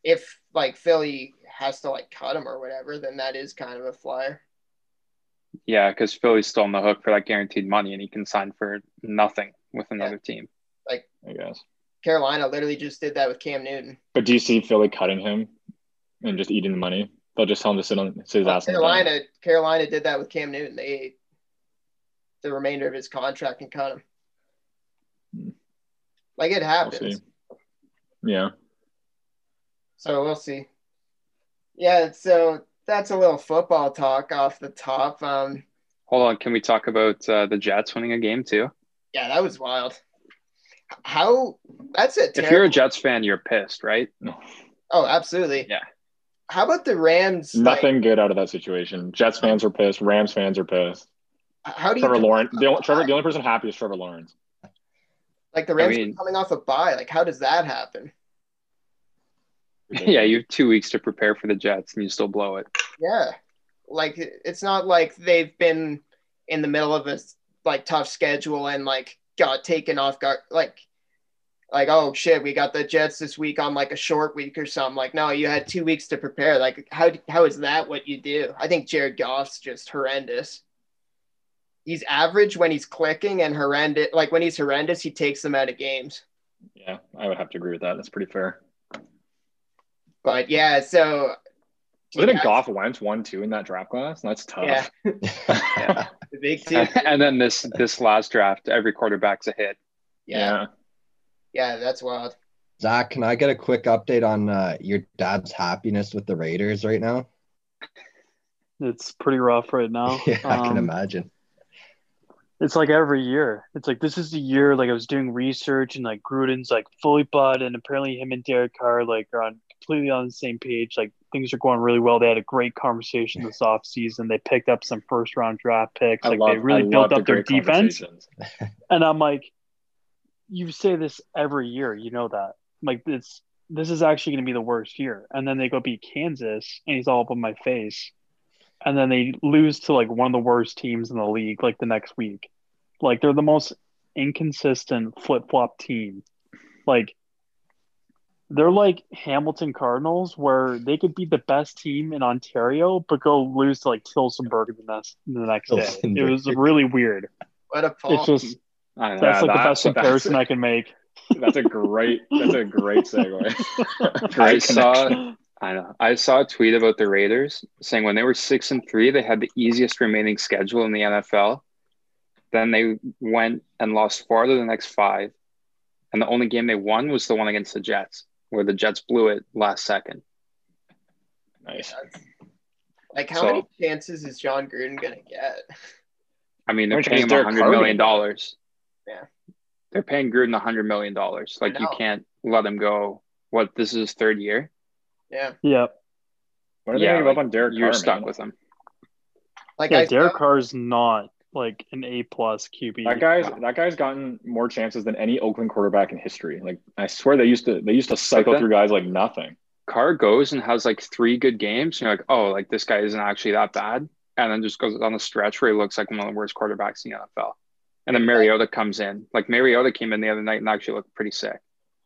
If like Philly has to like cut him or whatever, then that is kind of a flyer.
yeah, because Philly's still on the hook for that guaranteed money, and he can sign for nothing with another team.
I guess.
Carolina literally just did that with Cam Newton.
But do you see Philly cutting him and just eating the money? They'll just tell him to sit on sit his ass. on the bench.
Carolina, Carolina did that with Cam Newton. They ate the remainder of his contract and cut him.
Hmm.
Like it
We'll
happens.
see. Yeah.
So we'll see. Yeah, so that's a little football talk off the top. Um,
Hold on, can we talk about uh, the Jets winning a game too?
yeah, that was wild. How that's it.
If you're a Jets fan, you're pissed, right?
oh, absolutely.
Yeah.
How about the Rams? like,
Nothing good out of that situation. Jets fans are pissed. Rams fans are pissed.
how do you
Trevor Lawrence. The only, Trevor, the only person happy is Trevor Lawrence.
like the Rams
I mean-
coming off a bye? Like, how does that happen?
yeah, you have two weeks to prepare for the Jets, and you still blow it.
Yeah. Like it's not like they've been in the middle of a like tough schedule and like got taken off guard like like oh shit, we got the Jets this week on like a short week or something. Like no, you had 2 weeks to prepare. Like how how is that what you do? I think Jared Goff's just horrendous. He's average when he's clicking and horrendous like when he's horrendous, he takes them out of games.
Yeah, I would have to agree with that. That's pretty fair.
But yeah, so
Wasn't it
Yeah,
Goff Wentz one two in that draft class? That's tough.
Yeah.
Yeah.
the big two.
and, and then this this last draft, every quarterback's a hit.
Yeah. Yeah, that's wild.
Zach, can I get a quick update on uh, your dad's happiness with the Raiders right now?
It's pretty rough right now.
yeah, I can
Um,
imagine.
it's like every year. It's like this is the year. Like I was doing research and like Gruden's like fully bought, and apparently him and Derek Carr like are on completely on the same page. Like things are going really well. They had a great conversation this offseason. They picked up some first round draft picks.
I
Like
love,
they really
I
built
love the
up their
great
defense.
conversations.
And I'm like, you say this every year. You know that. Like it's this is actually going to be the worst year. And then they go beat Kansas, and he's all up in my face. And then they lose to like one of the worst teams in the league. Like the next week, like they're the most inconsistent flip flop team. Like they're like Hamilton Cardinals, where they could be the best team in Ontario, but go lose to like Tilsonburg the next the next day. It was really weird.
What a
It's
Paul.
just
I don't know.
that's
Yeah,
like the
that-
best comparison I can make.
That's a great. That's a great segue. great
I saw-
connection.
I know. I saw a tweet about the Raiders saying when they were six and three, they had the easiest remaining schedule in the NFL. Then they went and lost four out of the next five. And the only game they won was the one against the Jets, where the Jets blew it last second.
Nice.
Like how
So-
many chances is John Gruden gonna get?
I mean, they're
Which
paying
is
him
their
$100 million.
Yeah.
They're paying Gruden $100 million. Like, you
know.
can't let him go. What, this is his third year?
Yeah.
yeah,
What are they
Yeah,
going to give up on Derek?
You're
Carr,
stuck
man?
with him.
Like
yeah.
I
Derek Carr's not like an A plus QB.
That guy's that guy's gotten more chances than any Oakland quarterback in history. Like I swear they used to they used to cycle
that?
through guys like nothing.
Carr goes and has like three good games, and you're like, oh, like this guy isn't actually that bad. And then just goes on the stretch where he looks like one of the worst quarterbacks in the NFL. And then Mariota comes in. Like Mariota came in the other night and actually looked pretty sick.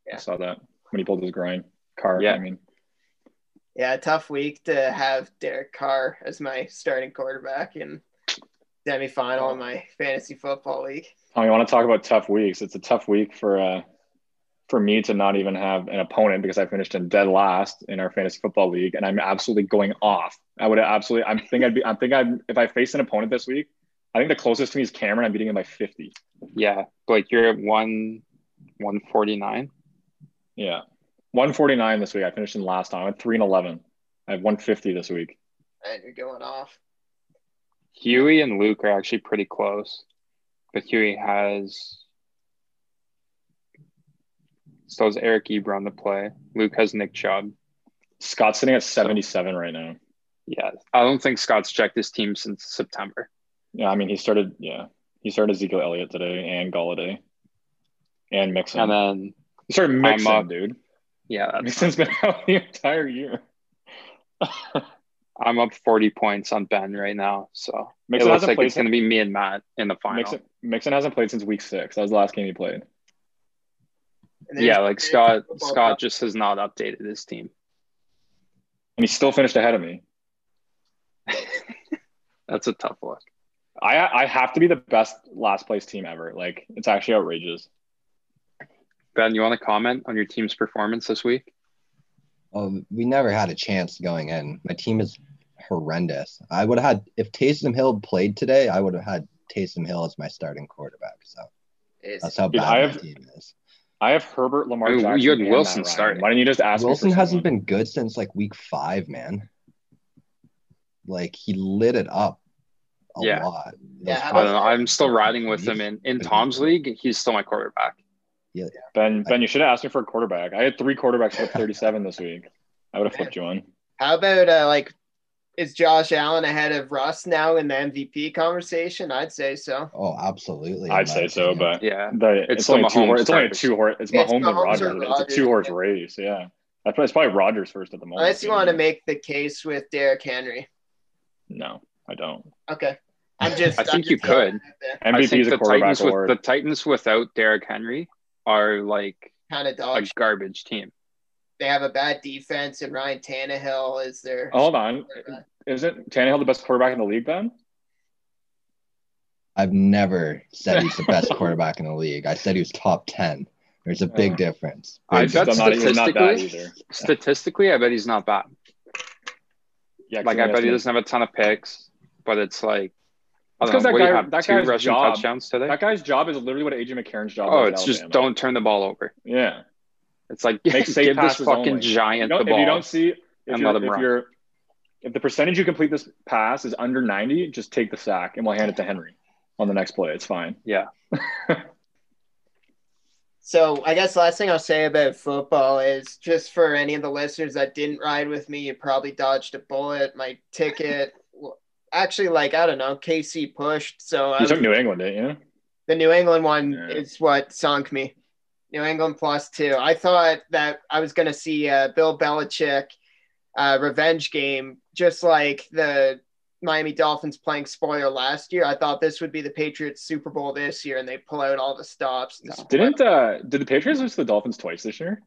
Yeah.
I saw that when he pulled his groin. Car.
Yeah.
I mean,
yeah, tough week to have Derek Carr as my starting quarterback in semifinal in my fantasy football league.
Tom, you want to talk about tough weeks? It's a tough week for uh, for me to not even have an opponent because I finished in dead last in our fantasy football league, and I'm absolutely going off. I would absolutely. I think I'd be. I think I would if I faced an opponent this week, I think the closest to me is Cameron. I'm beating him by 50.
Yeah, Blake, you're at one, one forty nine.
Yeah, 149 this week. I finished in last time. I'm at three and 11. I have 150 this week.
And you're going off.
Huey and Luke are actually pretty close, but Huey has still has Eric Ebron to play. Luke has Nick Chubb.
Scott's sitting at 77 right now.
Yeah, I don't think Scott's checked his team since September.
Yeah, I mean he started. Yeah, he started Ezekiel Elliott today and Galladay, and Mixon.
And then,
he started Mixon,
up.
dude.
yeah, that's-
Mixon's been out the entire year.
I'm up 40 points on Ben right now. So
Mixon
it looks
hasn't
like
played
it's
since,
going to be me and Matt in the final.
Mixon, Mixon hasn't played since week six. That was the last game he played.
And there's-
yeah, like Scott,
Football
Scott
Cup.
just has not updated his team.
and he still finished ahead of me.
That's a tough look.
I I have to be the best last place team ever. Like it's actually outrageous.
Ben, you want to comment on your team's performance this week?
Well, we never had a chance going in. My team is horrendous. I would have had if Taysom Hill played today, I would have had Taysom Hill as my starting quarterback. So
It's-
that's how
Dude, I
bad my
have-
team is.
I have Herbert, Lamar
I mean,
Jackson,
you had
and
Wilson
Matt Ryan.
starting.
Why didn't you just ask? me
Wilson
for
hasn't
someone?
been good since like week five, man. Like he lit it up a
Yeah.
lot.
Yeah,
Those
how
I
about-
don't know.
five-
I'm still riding with him in, in Tom's league. He's still my quarterback.
Ben. Ben, you should have asked me for a quarterback. I had three quarterbacks with 37 this week. I would have flipped you on.
How about uh, like, is Josh Allen ahead of Russ now in the MVP conversation? I'd say so.
Oh, absolutely. in
I'd
my
say so,
opinion.
but
Yeah.
the, it's,
It's still
only two
Mahomes
horse, it's only a
first.
two horse. It's
Yeah,
Mahomes
it's
and
Mahomes or
Rogers. It's
Rodgers,
a two horse
yeah.
race. Yeah, that's probably, it's probably Rogers first at the moment.
Unless you want to make the case with Derrick Henry.
No, I don't.
Okay. I'm just.
I
I'm
think you
just throwing it
could.
out there.
I
MVP
think
is a
the
quarterback
Titans with
award.
the Titans without Derrick Henry are like
Kind of
a
dog. shit.
garbage team.
They have a bad defense, and Ryan Tannehill is their.
Oh, Hold on, isn't Tannehill the best quarterback in the league? Then
I've never said he's the best quarterback in the league. I said he was top ten. There's a big
Oh.
difference.
I
Big
bet
difference.
I'm not, he's not that
statistically-
either.
Statistically, I bet he's not bad.
Yeah, 'cause
Like I bet he
has-
doesn't have a ton of picks, but it's like I
It's 'cause
don't know,
that
what do you
guy-
have
that
two
guy's
rushing
job-
touchdowns today.
That guy's job is literally what AJ McCarron's job.
oh,
is at
it's just
Alabama.
don't turn the ball over.
Yeah,
It's like
Make safe
give this
passes
fucking
only. You
giant
don't-
the
if
ball.
you don't see if,
and
you're,
let 'em
if
run.
you're if the percentage you complete this pass is under 90, just take the sack and we'll hand it to Henry on the next play. It's fine.
So I guess last thing I'll say about football is just for any of the listeners that didn't ride with me, you probably dodged a bullet. My ticket, well, actually, like I don't know, KC pushed, so I
You
was,
took New England, didn't you?
the New England one
Yeah.
is what sunk me. New England plus two. I thought that I was gonna see uh, Bill Belichick uh, revenge game, just like the Miami Dolphins playing spoiler last year. I thought this would be the Patriots Super Bowl this year, and they pull out all the stops.
No.
Didn't uh did the Patriots lose to the Dolphins twice this year?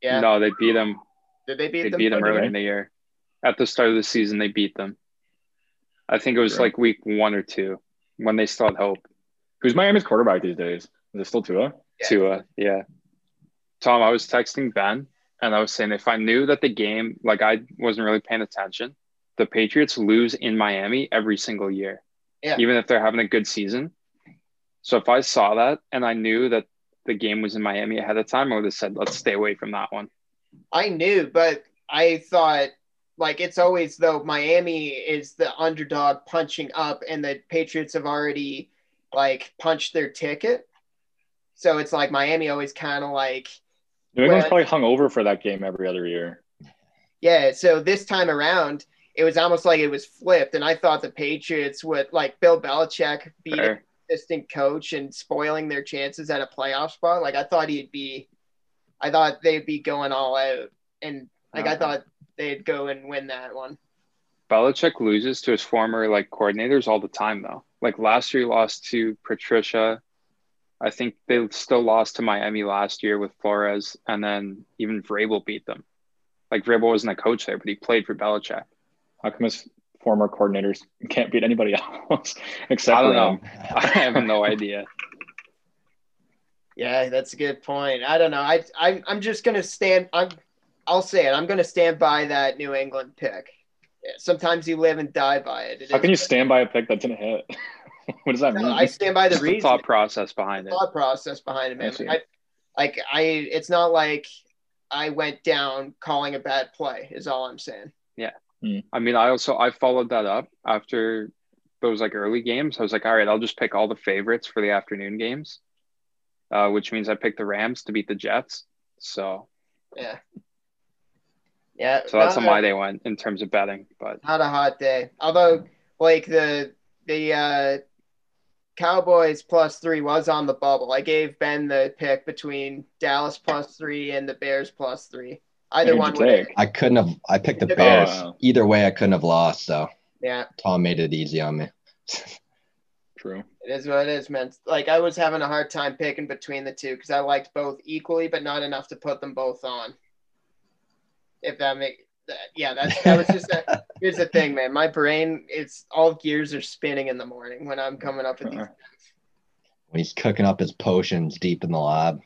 Yeah,
No, they beat them.
did they beat
They
them?
beat them
Did
earlier
they?
in the year. At the start of the season, they beat them. I think it was
Sure.
like week one or two when they still had hope.
Who's Miami's quarterback these days? Is it still Tua?
Yeah.
to uh yeah tom i was texting ben and i was saying if i knew that the game like i wasn't really paying attention the patriots lose in miami every single year
Yeah.
even if they're having a good season so if i saw that and i knew that the game was in miami ahead of time i would have said let's stay away from that one
I knew, but I thought like it's always though Miami is the underdog punching up and the Patriots have already like punched their ticket. So it's like Miami always kind of like
New England's
Well-
probably hung over for that game every other year.
yeah, so this time around it was almost like it was flipped and I thought the Patriots would like Bill Belichick be the
Fair.
assistant coach and spoiling their chances at a playoff spot. Like I thought he'd be, I thought they'd be going all out, and like I
Okay.
thought they'd go and win that one.
Belichick loses to his former like coordinators all the time though. Like last year he lost to Patricia. I think they still lost to Miami last year with Flores and then even Vrabel beat them. Like Vrabel wasn't a coach there, but he played for Belichick.
How come his former coordinators can't beat anybody else except
I don't
Ram?
I have no idea.
Yeah, that's a good point. I don't know. I, I I'm just gonna stand. I'm I'll say it. I'm gonna stand by that New England pick. Yeah, Sometimes you live and die by it. It
How
is-
can you stand by a pick that didn't hit? what does that mean?
No, I stand by the
Just the
reason.
thought process behind it.
thought process behind it, man.
I see.
I, like I, it's not like I went down calling a bad play. Is all I'm saying.
I mean, I also I followed that up after those like early games. I was like, all right, I'll just pick all the favorites for the afternoon games, uh, which means I picked the Rams to beat the Jets. So,
Yeah. Yeah.
so that's
not
how
a-
my day went in terms of betting. But
Not a hot day. Although, like the the uh, Cowboys plus three was on the bubble. I gave Ben the pick between Dallas plus three and the Bears plus three. Either
Who'd
one
you
would.
take?
I couldn't have. I picked the
Oh,
Bears.
wow.
Either way, I couldn't have lost. So
Yeah,
Tom made it easy on me.
True.
it is what it is, man. Like I was having a hard time picking between the two because I liked both equally, but not enough to put them both on. If that make that, yeah, that's that was just a, here's the thing, man. My brain, it's all gears are spinning in the morning when I'm coming up with these.
Fair
when he's cooking up his potions deep in the lab.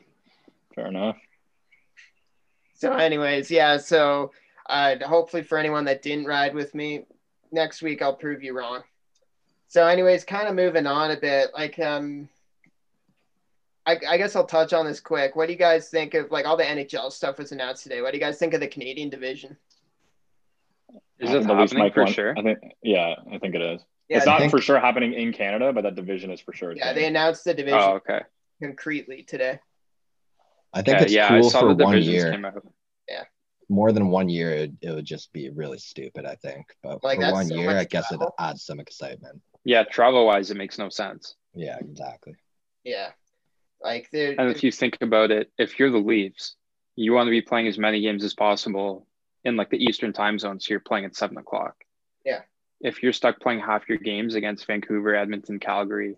fair enough.
So, anyways, yeah. So, uh, hopefully for anyone that didn't ride with me, next week I'll prove you wrong. So, anyways, kind of moving on a bit. Like, um, I, I guess I'll touch on this quick. What do you guys think of like all the NHL stuff was announced today? What do you guys think of the Canadian division?
is
I
it
think the least
happening
Mike
for
one-
sure?
I think. Yeah, I think it is.
Yeah,
it's not
think-
for sure happening in Canada, but that division is for sure. a
yeah.
thing.
They announced the division
Oh, okay.
concretely today.
I think
Okay,
it's
yeah, I
cool
saw
for
the
one
divisions
year.
came out.
More than one year, it, it would just be really stupid. I think, but
Like,
for
that's
one
so
year,
much
I guess
travel.
it adds some excitement.
Yeah, travel wise, it makes no sense.
Yeah, exactly.
Yeah, like they're
And if you think about it, if you're the Leafs, you want to be playing as many games as possible in like the Eastern time zone. So you're playing at seven o'clock.
Yeah.
If you're stuck playing half your games against Vancouver, Edmonton, Calgary,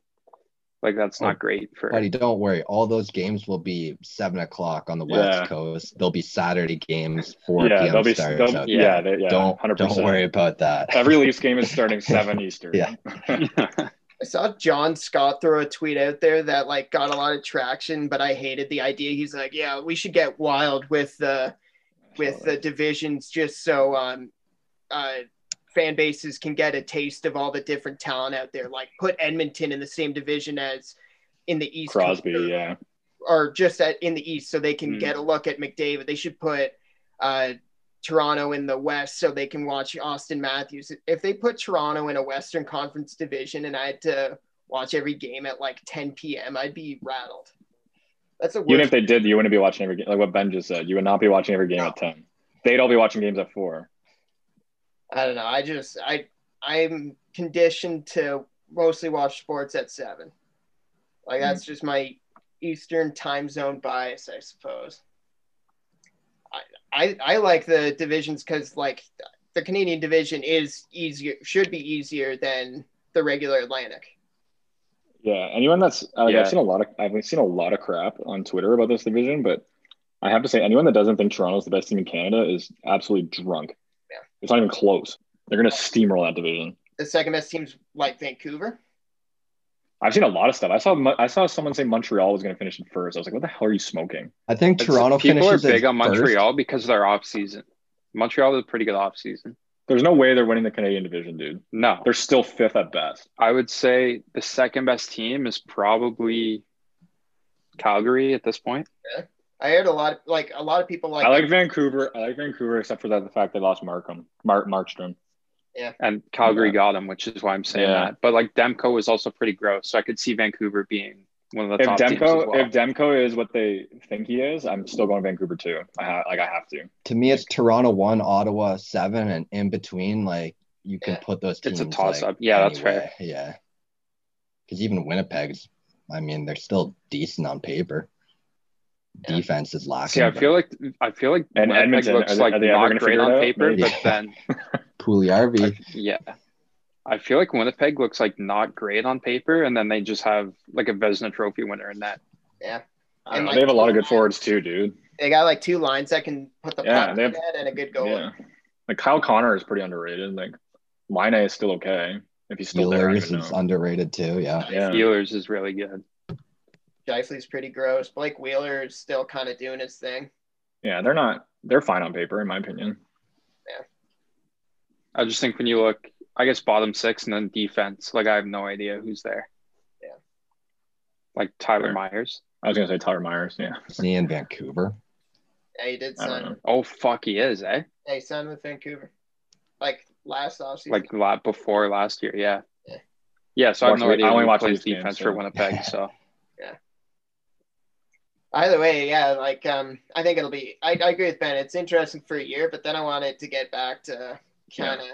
like that's
Oh,
not great for.
Buddy, don't worry. All those games will be seven o'clock on the
Yeah.
West Coast. They'll be Saturday games, four
yeah,
p.m.
they'll be.
starts.
they'll-
out.
yeah, they, yeah.
don't
100%.
don't worry about that.
Every Leafs game is starting seven Eastern.
Yeah.
I saw John Scott throw a tweet out there that like got a lot of traction, but I hated the idea. He's like, "Yeah, we should get wild with the with the divisions just so um uh fan bases can get a taste of all the different talent out there. Like put Edmonton in the same division as in the East Coast
Crosby.
or-
Yeah,
or just at, in the East so they can
Mm.
get a look at McDavid. They should put uh, Toronto in the West so they can watch Austin Matthews. If they put Toronto in a Western Conference division and I had to watch every game at like 10 p.m., I'd be rattled. That's the
even if
worst.
they did, you wouldn't be watching every game. Like what Ben just said, you would not be watching every game
No.
at ten. They'd all be watching games at four.
I don't know. I just I I'm conditioned to mostly watch sports at seven. Like that's just my Eastern time zone bias, I suppose. I I, I like the divisions because like the Canadian division is easier, should be easier than the regular Atlantic.
Yeah, anyone that's like,
Yeah.
I've seen a lot of I've seen a lot of crap on Twitter about this division, but I have to say, anyone that doesn't think Toronto's the best team in Canada is absolutely drunk.
Yeah.
It's not even close. They're gonna steamroll that division.
The second best teams like Vancouver.
I've seen a lot of stuff. I saw Mo- I saw someone say Montreal was gonna finish in first. I was like, what the hell are you smoking?
I think
It's-
Toronto
people are
finishes
big
in
on
first.
Montreal because of their off season. Montreal is a pretty good off season.
There's no way they're winning the Canadian division, dude.
No,
They're still fifth at best.
I would say the second best team is probably Calgary at this point.
I heard a lot of, like a lot of people like,
I like Vancouver. I like Vancouver, except for that the fact they lost Markham, Mark Markstrom.
and Calgary
Yeah.
got him, which is why I'm saying
Yeah.
that. But like Demko was also pretty gross, so I could see Vancouver being one of the
If
top teams as
Demko,
well.
if Demko is what they think he is, I'm still going Vancouver too. I ha- like I have to.
to me, it's Toronto one, Ottawa seven, and in between, like you can
Yeah.
put those
It's
teams.
a toss-up.
like,
Yeah, that's fair.
anywhere. Yeah, because even Winnipeg's, I mean, they're still decent on paper.
Yeah.
Defense is lacking.
See, I
but
feel like I feel like
And
Winnipeg
Edmonton,
looks
are they-
like
are they ever
not
gonna
great
figure it
on
out?
paper,
Maybe.
but then
Pugliarvi.
yeah, I feel like Winnipeg looks like not great on paper, and then they just have like a Vesna Trophy winner in that.
yeah,
I don't
And,
know.
like-
they have a lot of good forwards too, dude.
They got like two lines that can put the
Yeah,
puck in
they
the
have-
net and a good goal.
Yeah. Like Kyle Connor is pretty underrated. Like Line is still okay. If he's still there, I
Steelers
don't
is
um,
know.
underrated too. Yeah.
Yeah.
Steelers is really good.
Shifley's pretty gross. Blake Wheeler is still kind of doing his thing.
Yeah, they're not they're fine on paper, in my opinion.
I just think when you look, I guess bottom six and then defense, like I have no idea who's there.
Yeah.
Like Tyler
Sure.
Myers.
I was gonna say Tyler Myers. Yeah.
Is he in Vancouver?
Yeah, he did
I don't
sign.
know.
Oh fuck, he is, eh?
Yeah, he signed with Vancouver, like last offseason.
Like a lot before last year, yeah.
Yeah.
Yeah, so I have
Watch
no
the-
idea.
I only
who
watch
plays
these games,
defense
so-
for Winnipeg, so
Either way, yeah, like um, I think it'll be. I, I agree with Ben. It's interesting for a year, but then I want it to get back to kind of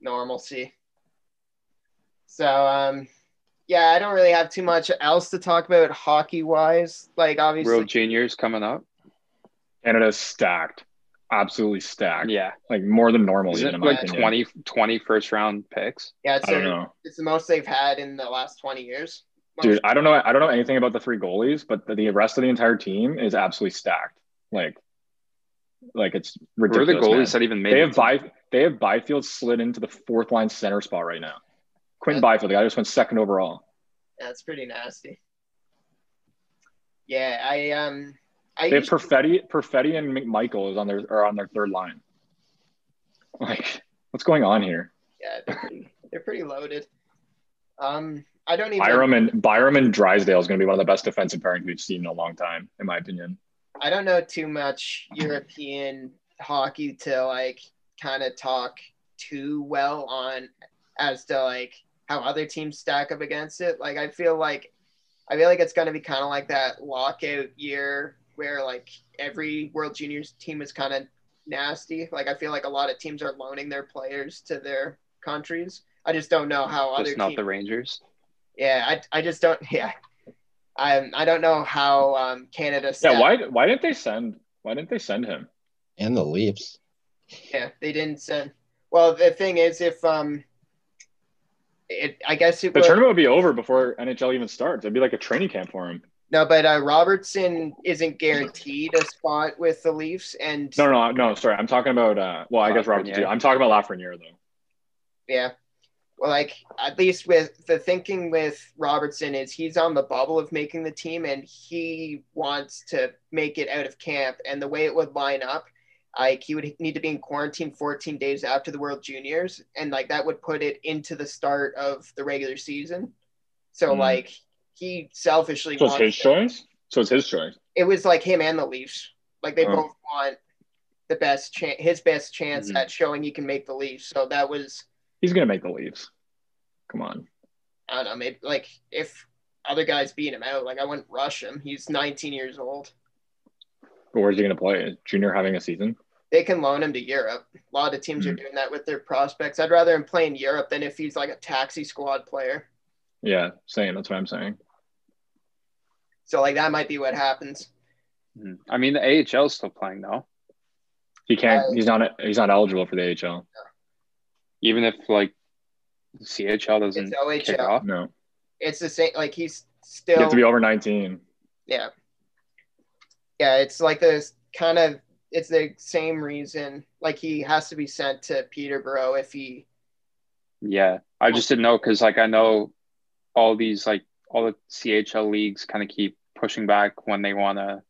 normalcy. So um, yeah, I don't really have too much else to talk about hockey wise. Like obviously,
World Juniors coming up.
Canada's stacked. Absolutely stacked.
Yeah.
Like more than normal,
Is
even
it
in my
like
opinion.
20, 20 first round picks?
yeah, it's,
I don't
the
know.
it's the most they've had in the last twenty years.
Dude, I don't know I don't know anything about the three goalies, but the, the rest of the entire team is absolutely stacked. Like like it's
Who are
ridiculous.
the goalies
man.
that even made
They
the
have
team?
by they have Byfield slid into the fourth line center spot right now. Quinn
That's-
Byfield, the guy who just went second overall.
That's pretty nasty. Yeah, I um, I
They have
used-
Perfetti, Perfetti and McMichael is on their are on their third line. Like, what's going on here?
yeah, they're pretty, they're pretty loaded. Um, I don't even.
Byram and Byram and Drysdale is going to be one of the best defensive pairings we've seen in a long time, in my opinion.
I don't know too much European hockey to like kind of talk too well on as to like how other teams stack up against it. Like I feel like I feel like it's gonna be kind of like that lockout year where like every World Juniors team is kind of nasty. Like I feel like a lot of teams are loaning their players to their countries. I just don't know how other
Just not
teams
the Rangers.
yeah, I, I just don't. Yeah, I I don't know how um, Canada.
Yeah,
stacked-
why why didn't they send why didn't they send him?
And the Leafs.
Yeah, they didn't send. Well, the thing is, if um, it I guess it
The
was
tournament would be over before NHL even starts. It'd be like a training camp for him.
no, but uh, Robertson isn't guaranteed a spot with the Leafs, and
No, no, no. Sorry, I'm talking about. Uh, well, I guess Robert.
Lafreniere.
too. I'm talking about Lafreniere though.
yeah, well, like at least with the thinking with Robertson is he's on the bubble of making the team, and he wants to make it out of camp, and the way it would line up. Like he would need to be in quarantine 14 days after the World Juniors, and like that would put it into the start of the regular season. So
Mm.
like he selfishly
So it's
wants
his
it.
choice. So it's his choice.
it was like him and the Leafs. Like they
Oh.
both want the best chance, his best chance
Mhm.
Mm-hmm.
at showing he can make the Leafs. So that was
He's gonna make the leaves. Come on.
I don't know, maybe like if other guys beat him out, like I wouldn't rush him. He's 19 years old.
But where's he gonna play? Is Junior having a season?
They can loan him to Europe. A lot of teams are
Hmm.
doing that with their prospects. I'd rather him play in Europe than if he's like a taxi squad player.
Yeah, same. That's what I'm saying.
So like that might be what happens.
Hmm.
Mhm. I mean, the AHL is still playing though.
He can't.
Uh,
he's not. He's not eligible for the AHL.
Even if like CHL doesn't
It's
kick
OHL.
off.
No,
It's the same. Like he's
you
still
have to be over 19.
Yeah. Yeah, it's like this kind of it's the same reason like he has to be sent to Peterborough if he
Yeah, I just didn't know because like I know all these like all the CHL leagues kind of keep pushing back when they want to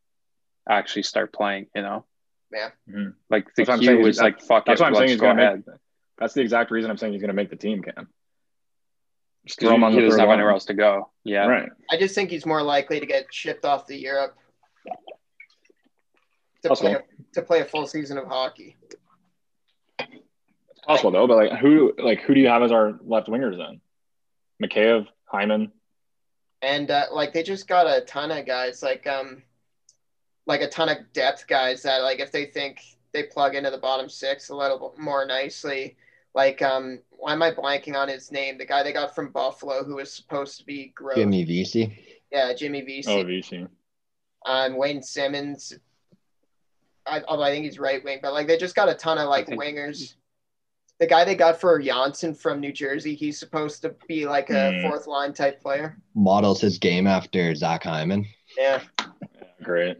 actually start playing. You know,
Yeah.
Mhm.
Like the
That's what I'm
queue
saying,
was
that-
like, fuck
That's
it,
why I'm
let's
saying he's
go
gonna
ahead.
make. That's the exact reason I'm saying he's gonna make the team. Cam. Just
'Cause
throw him on
he
the
doesn't
third
have
line.
anywhere else to go. Yeah,
Right.
I just think he's more likely to get shipped off to Europe to
Possible.
play to play a full season of hockey.
It's possible though. But like, who like who do you have as our left wingers then? Mikheyev, Hyman.
And uh, like they just got a ton of guys like um like a ton of depth guys that like if they think they plug into the bottom six a little bit more nicely like um why am I blanking on his name the guy they got from Buffalo who was supposed to be gross
Jimmy VC.
Yeah, Jimmy VC.
Oh, VC.
Um, Wayne Simmons. I, although I think he's right wing, but like they just got a ton of like
think-
wingers. The guy they got for Janssen from New Jersey, he's supposed to be like a
Mm.
fourth line type player.
Models his game after Zach Hyman.
Yeah,
Yeah, great.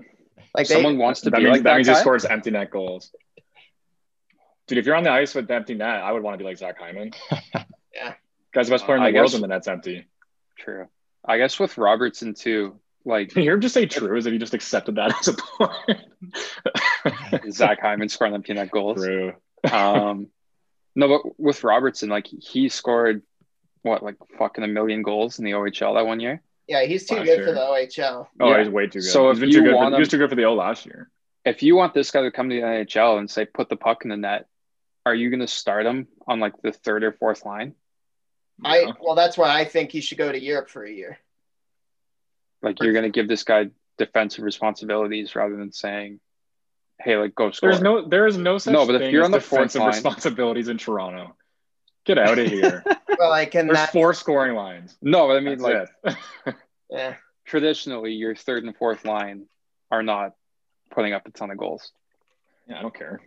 Like they,
Someone wants to
That
be
means,
like
that
that,
means
guy.
he scores empty net goals. Dude, if you're on the ice with empty net, I would want to be like Zach Hyman.
Yeah.
Guy's the best player in the
Uh, I
world
guess-
when the net's empty.
True. I guess with Robertson too, like
You hear him just say true as if he just accepted that as a point.
Zach Hyman scoring empty net goals.
true.
Um, no, but with Robertson, like he scored what, like fucking a million goals in the OHL that one year.
yeah, he's too
Wow,
good
sure.
for the OHL.
Oh,
Yeah.
he's way too good.
So
he's
if
been
you
too good for,
want
he was
him-
too good for the O last year.
If you want this guy to come to the NHL and say put the puck in the net, are you going to start him on like the third or fourth line?
I well, that's why I think he should go to Europe for a year.
Like you're going to give this guy defensive responsibilities rather than saying, "Hey, like go score."
There's no there is no such
No, but if
thing
you're
as
on the fourth
defensive
line-
responsibilities in Toronto. Get out of here.
Well, like and
There's
that
four scoring lines.
no, I mean like
That's it.
yeah,
traditionally your third and fourth line are not putting up a ton of goals.
yeah, I don't care.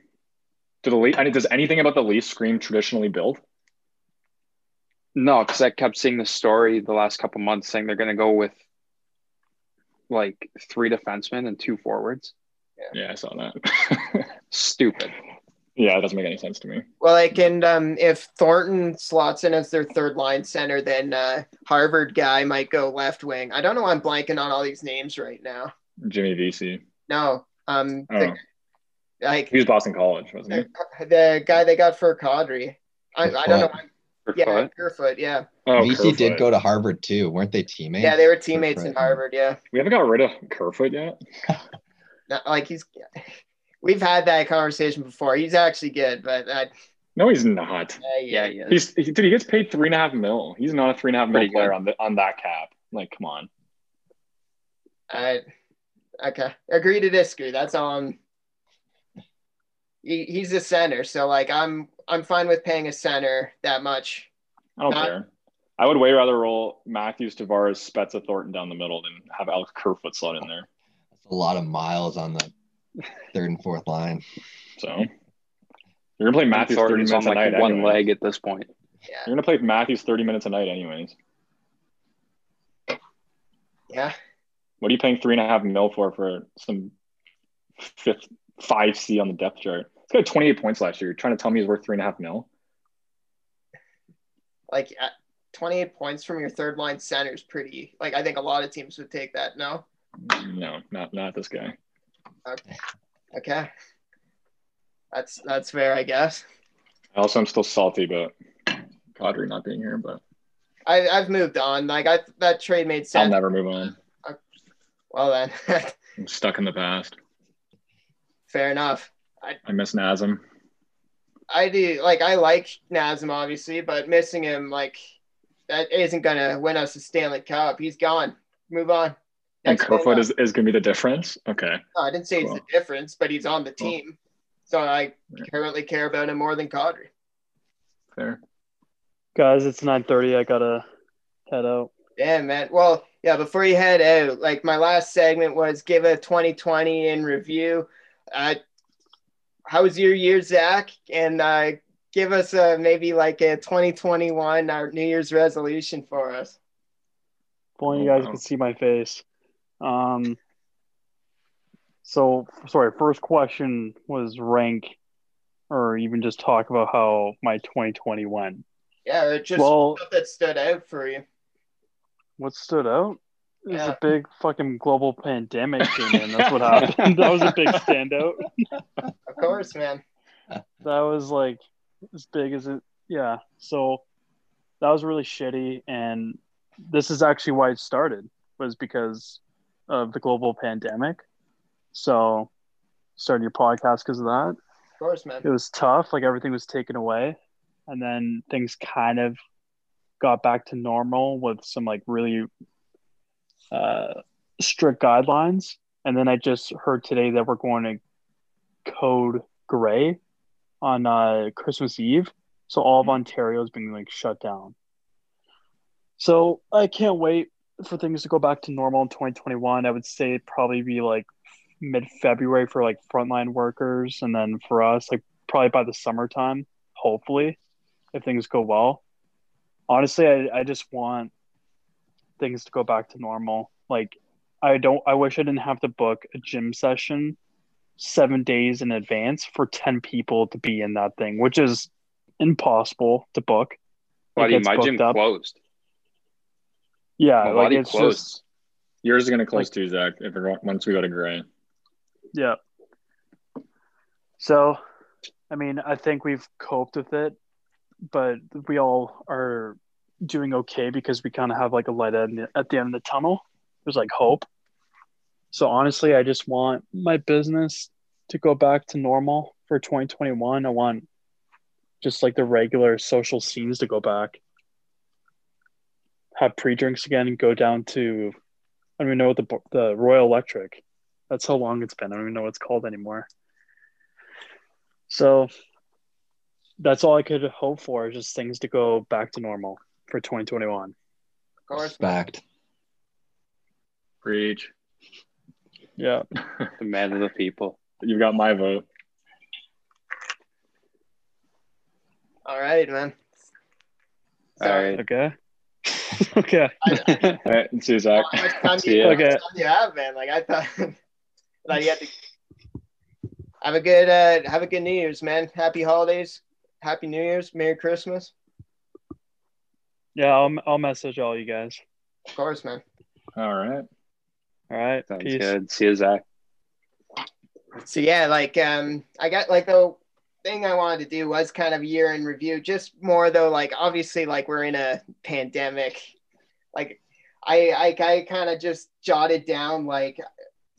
Do the Leaf, I mean, does anything about the Leafs scream traditionally built?
No, because I kept seeing the story the last couple months saying they're going to go with like three defensemen and two forwards.
Yeah, I saw that.
Stupid.
yeah, it doesn't make any sense to me.
well, like and um, if Thornton slots in as their third line center, then uh, Harvard guy might go left wing. I don't know. why I'm blanking on all these names right now.
Jimmy VC.
No, um,
Oh,
the- like
he was Boston College, wasn't he?
the, the guy they got for Cadre. I, I don't know. Why,
For
yeah,
foot.
Kerfoot. Yeah,
Oh,
VC
Kerfoot.
did go to Harvard too, weren't they teammates?
yeah, they were teammates in
Kerfoot.
Harvard. Yeah,
We haven't got rid of Kerfoot yet.
Not- like he's. We've had that conversation before. He's actually good, but I, uh,
No, he's not.
I-
Yeah, yeah.
He's he, dude. He gets paid three and a half mil. He's not a three and a half mil
Pretty good.
player on the on that cap. Like, come on.
I okay. Agree to disagree. That's all I'm. He, he's a center, so like I'm I'm fine with paying a center that much.
I don't
Not-
care. I would way rather roll Matthews, Tavares, Spezza, Thornton down the middle than have Alex Kerfoot slot in there.
That's a lot of miles on the third and fourth line.
So you're gonna play Matthews thirty
Thornton's
minutes
on
a night.
like one
anyways.
leg at this point.
Yeah,
You're gonna play Matthews thirty minutes a night, anyways.
yeah.
What are you paying three and a half mil for for some fifth five C on the depth chart? He's got twenty eight points last year. You're trying to tell me he's worth three and a half mil?
Like at 28 points from your third line center is pretty. Like I think a lot of teams would take that. No.
No, not not this guy.
Okay. That's that's fair, I guess.
I Also, I'm still salty about Kadri not being here, but
I I've moved on. Like I that trade made
I'll
sense.
never move on.
well then,
I'm stuck in the past.
fair enough.
I miss Nazem.
I do like I like Nazem obviously, but missing him like that isn't gonna win us a Stanley Cup. He's gone. Move on.
And
Next man
Kerfoot
up.
is, is going to be the difference. Okay.
No, I didn't say he's
Cool.
the difference, but he's on the
Cool.
team, so I
Yeah.
currently care about him more than Kadri.
Fair.
Guys, it's nine thirty. I gotta head out.
Damn man. Well, yeah. Before you head out, like my last segment was give a 2020 in review. Uh, how was your year, Zach? And uh, give us uh, maybe like a 2021 our New Year's resolution for us.
If only you
Oh,
guys
wow.
could see my face. Um. So sorry. First question was rank, or even just talk about how my 2020 went.
Yeah, or just
well,
stuff that stood out for you.
what stood out? It was
Yeah.
a big fucking global pandemic came in. That's what happened. that was a big standout.
Of course, man.
that was like as big as it yeah so that was really shitty and this is actually why it started was because of the global pandemic so started your podcast because of that
Of course, man.
it was tough like everything was taken away and then things kind of got back to normal with some like really uh, strict guidelines and then i just heard today that we're going to code gray on uh, christmas eve so all of ontario's been like shut down so i can't wait for things to go back to normal in 2021 i would say it'd probably be like mid February for like frontline workers, and then for us, like probably by the summertime, hopefully, if things go well. Honestly, I, I just want things to go back to normal. Like, I don't. I wish I didn't have to book a gym session seven days in advance for ten people to be in that thing, which is impossible to book.
Buddy,
gets
my
booked
gym
up.
closed.
Yeah,
My
like
body
it's
closed.
just
Yours are gonna close too, Zach. If we're, once we go to gray,
yeah. So, I mean, I think we've coped with it, but we all are doing okay because we kind of have like a light at the, at the end of the tunnel. There's like hope. So honestly, I just want my business to go back to normal for 2021. I want just like the regular social scenes to go back. Have pre-drinks again and go down to I don't even know what the bo- the Royal Electric. That's how long it's been. I don't even know what it's called anymore. So that's all I could hope for is just things to go back to normal for 2021.
Of course.
Respect.
preach.
Yeah.
The man of the people.
You've got my vote.
All right, man.
All right.
Okay. okay.
I,
All right, see you,
I,
Zach.
how much time do
See
you,
ya.
how much
Okay.
time do you have, man? Like I thought, like you had to have a good uh, have a good New Year's, man. Happy holidays, happy New Year's, Merry Christmas.
Yeah, I'll, I'll message all you guys.
Of course, man.
All right.
All right.
Sounds
Peace.
good. See you, Zach.
so yeah like um i got like the thing i wanted to do was kind of year in review just more though like obviously like we're in a pandemic like i i, I kind of just jotted down like